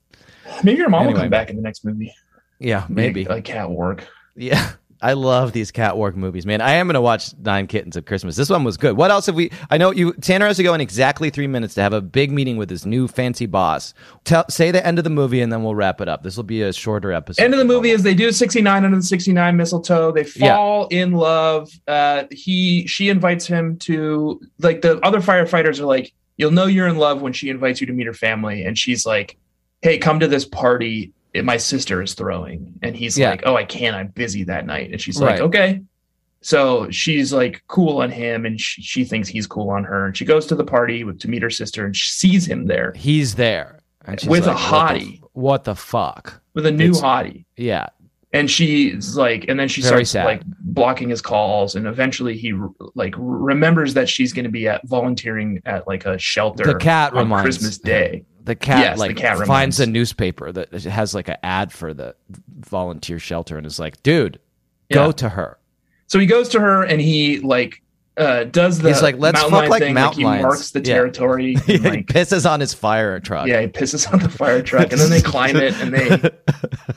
[SPEAKER 3] Maybe your mom will
[SPEAKER 2] Anyway.
[SPEAKER 3] come back in the next movie.
[SPEAKER 2] Yeah, maybe.
[SPEAKER 3] Like cat work.
[SPEAKER 2] Yeah. I love these catwalk movies, man. I am going to watch Nine Kittens at Christmas. This one was good. What else have we? I know you, Tanner has to go in exactly three minutes to have a big meeting with his new fancy boss. Tell, say the end of the movie and then we'll wrap it up. This will be a shorter episode.
[SPEAKER 3] End of the movie is they do 69 under the 69 mistletoe. They
[SPEAKER 2] Yeah.
[SPEAKER 3] fall in love. Uh, he she invites him to like the other firefighters are like, you'll know you're in love when she invites you to meet her family. And she's like, Hey, come to this party that my sister is throwing. And he's
[SPEAKER 2] Yeah.
[SPEAKER 3] like, Oh, I can't, I'm busy that night. And she's
[SPEAKER 2] Right.
[SPEAKER 3] like, Okay. So she's like cool on him and she, she thinks he's cool on her. And she goes to the party with, to meet her sister and she sees him there
[SPEAKER 2] He's there. And she's
[SPEAKER 3] With a
[SPEAKER 2] like, what the
[SPEAKER 3] hottie.
[SPEAKER 2] f- What the fuck?
[SPEAKER 3] with a new
[SPEAKER 2] It's-
[SPEAKER 3] hottie.
[SPEAKER 2] Yeah.
[SPEAKER 3] and she's like and then she
[SPEAKER 2] Very
[SPEAKER 3] starts
[SPEAKER 2] sad.
[SPEAKER 3] like blocking his calls and eventually he like remembers that she's going to be at volunteering at like a shelter
[SPEAKER 2] The cat
[SPEAKER 3] on
[SPEAKER 2] reminds
[SPEAKER 3] christmas day
[SPEAKER 2] The cat
[SPEAKER 3] Yes, the
[SPEAKER 2] like
[SPEAKER 3] cat
[SPEAKER 2] finds
[SPEAKER 3] reminds.
[SPEAKER 2] a newspaper that has like an ad for the volunteer shelter and is like, dude, go
[SPEAKER 3] Yeah.
[SPEAKER 2] to her.
[SPEAKER 3] so he goes to her and he like uh does the
[SPEAKER 2] He's like, let's
[SPEAKER 3] mountain
[SPEAKER 2] fuck
[SPEAKER 3] lion
[SPEAKER 2] like
[SPEAKER 3] thing,
[SPEAKER 2] mountain
[SPEAKER 3] he
[SPEAKER 2] lions.
[SPEAKER 3] marks the
[SPEAKER 2] Yeah.
[SPEAKER 3] territory
[SPEAKER 2] he
[SPEAKER 3] and, like
[SPEAKER 2] pisses on his fire truck.
[SPEAKER 3] yeah he pisses on the fire truck and then they climb it and they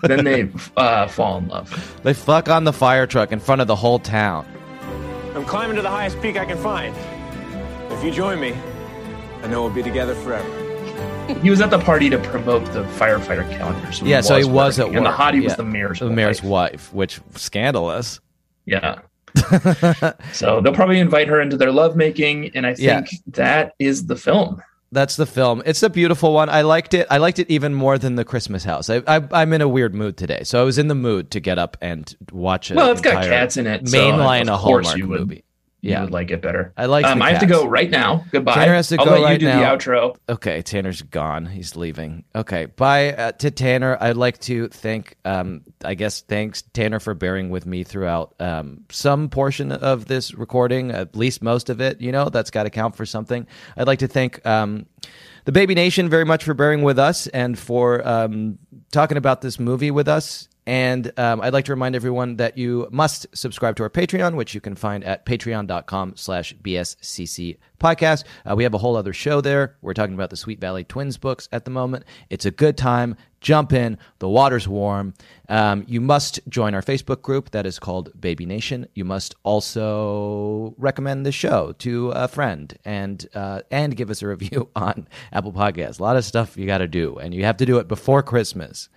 [SPEAKER 3] then they uh fall in love
[SPEAKER 2] They fuck on the fire truck in front of the whole town.
[SPEAKER 8] I'm climbing to the highest peak I can find. If you join me, I know we'll be together forever.
[SPEAKER 3] he was at the party to promote the firefighter calendar so
[SPEAKER 2] yeah, so he was
[SPEAKER 3] working,
[SPEAKER 2] at work.
[SPEAKER 3] and the hottie was
[SPEAKER 2] yeah.
[SPEAKER 3] the mayor's
[SPEAKER 2] the mayor's wife, which scandalous.
[SPEAKER 3] Yeah. so they'll probably invite her into their lovemaking, and I
[SPEAKER 2] Yeah.
[SPEAKER 3] think that is the film.
[SPEAKER 2] That's the film. It's a beautiful one. I liked it. I liked it even more than the Christmas house. I, I, I'm in a weird mood today, so I was in the mood to get up and watch it.
[SPEAKER 3] well, it's got cats in it. so
[SPEAKER 2] Mainline
[SPEAKER 3] of
[SPEAKER 2] a
[SPEAKER 3] course
[SPEAKER 2] Hallmark
[SPEAKER 3] you would,
[SPEAKER 2] movie.
[SPEAKER 3] you
[SPEAKER 2] Yeah.
[SPEAKER 3] would like it better.
[SPEAKER 2] I liked
[SPEAKER 3] Um,
[SPEAKER 2] the
[SPEAKER 3] I have to
[SPEAKER 2] cats.
[SPEAKER 3] go right now. Goodbye.
[SPEAKER 2] Tanner has to
[SPEAKER 3] I'll
[SPEAKER 2] go
[SPEAKER 3] let
[SPEAKER 2] right
[SPEAKER 3] you do
[SPEAKER 2] now.
[SPEAKER 3] the outro.
[SPEAKER 2] Okay, Tanner's gone. He's leaving. Okay, bye uh, to Tanner. I'd like to thank, um, I guess, thanks Tanner for bearing with me throughout um, some portion of this recording, at least most of it. You know, that's got to count for something. I'd like to thank um, the Baby Nation very much for bearing with us and for um, talking about this movie with us. And um, I'd like to remind everyone that you must subscribe to our Patreon, which you can find at patreon.com slash BSCC podcast. Uh, we have a whole other show there. We're talking about the Sweet Valley Twins books at the moment. It's a good time. Jump in. The water's warm. Um, you must join our Facebook group that is called Baby Nation. You must also recommend the show to a friend and uh, and give us a review on Apple Podcasts. A lot of stuff you got to do, and you have to do it before Christmas.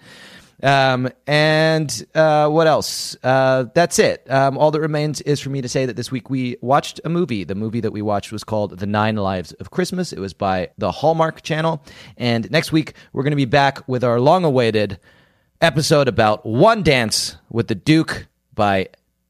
[SPEAKER 2] Um, and uh, what else? Uh, that's it. Um, all that remains is for me to say that this week we watched a movie. The movie that we watched was called The Nine Lives of Christmas. It was by the Hallmark Channel. And next week we're going to be back with our long awaited episode about One Dance with the Duke by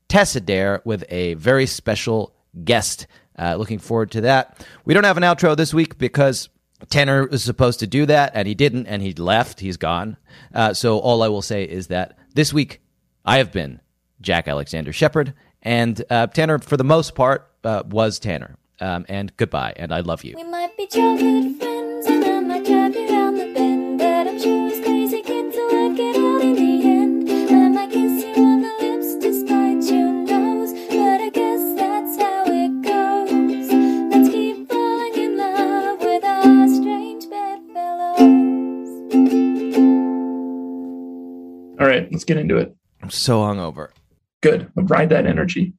[SPEAKER 2] Tessa Dare with a very special guest. Uh, looking forward to that. We don't have an outro this week because Tanner was supposed to do that and he didn't, and he left. He's gone. Uh, so all I will say is that this week I have been Jack Alexander Shepard, and uh, Tanner, for the most part, uh, was Tanner. Um, and goodbye, and I love you.
[SPEAKER 1] We might be childhood friends, and I might drive you round the bend. But I'm sure it's crazy kids will work it out in the end. I might kiss you on the lips despite your nose. But I guess that's how it goes. Let's keep falling in love with our strange bedfellows.
[SPEAKER 3] All right, let's get into it.
[SPEAKER 2] I'm so hungover.
[SPEAKER 3] Good. Ride that energy.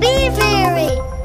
[SPEAKER 1] Be fairy!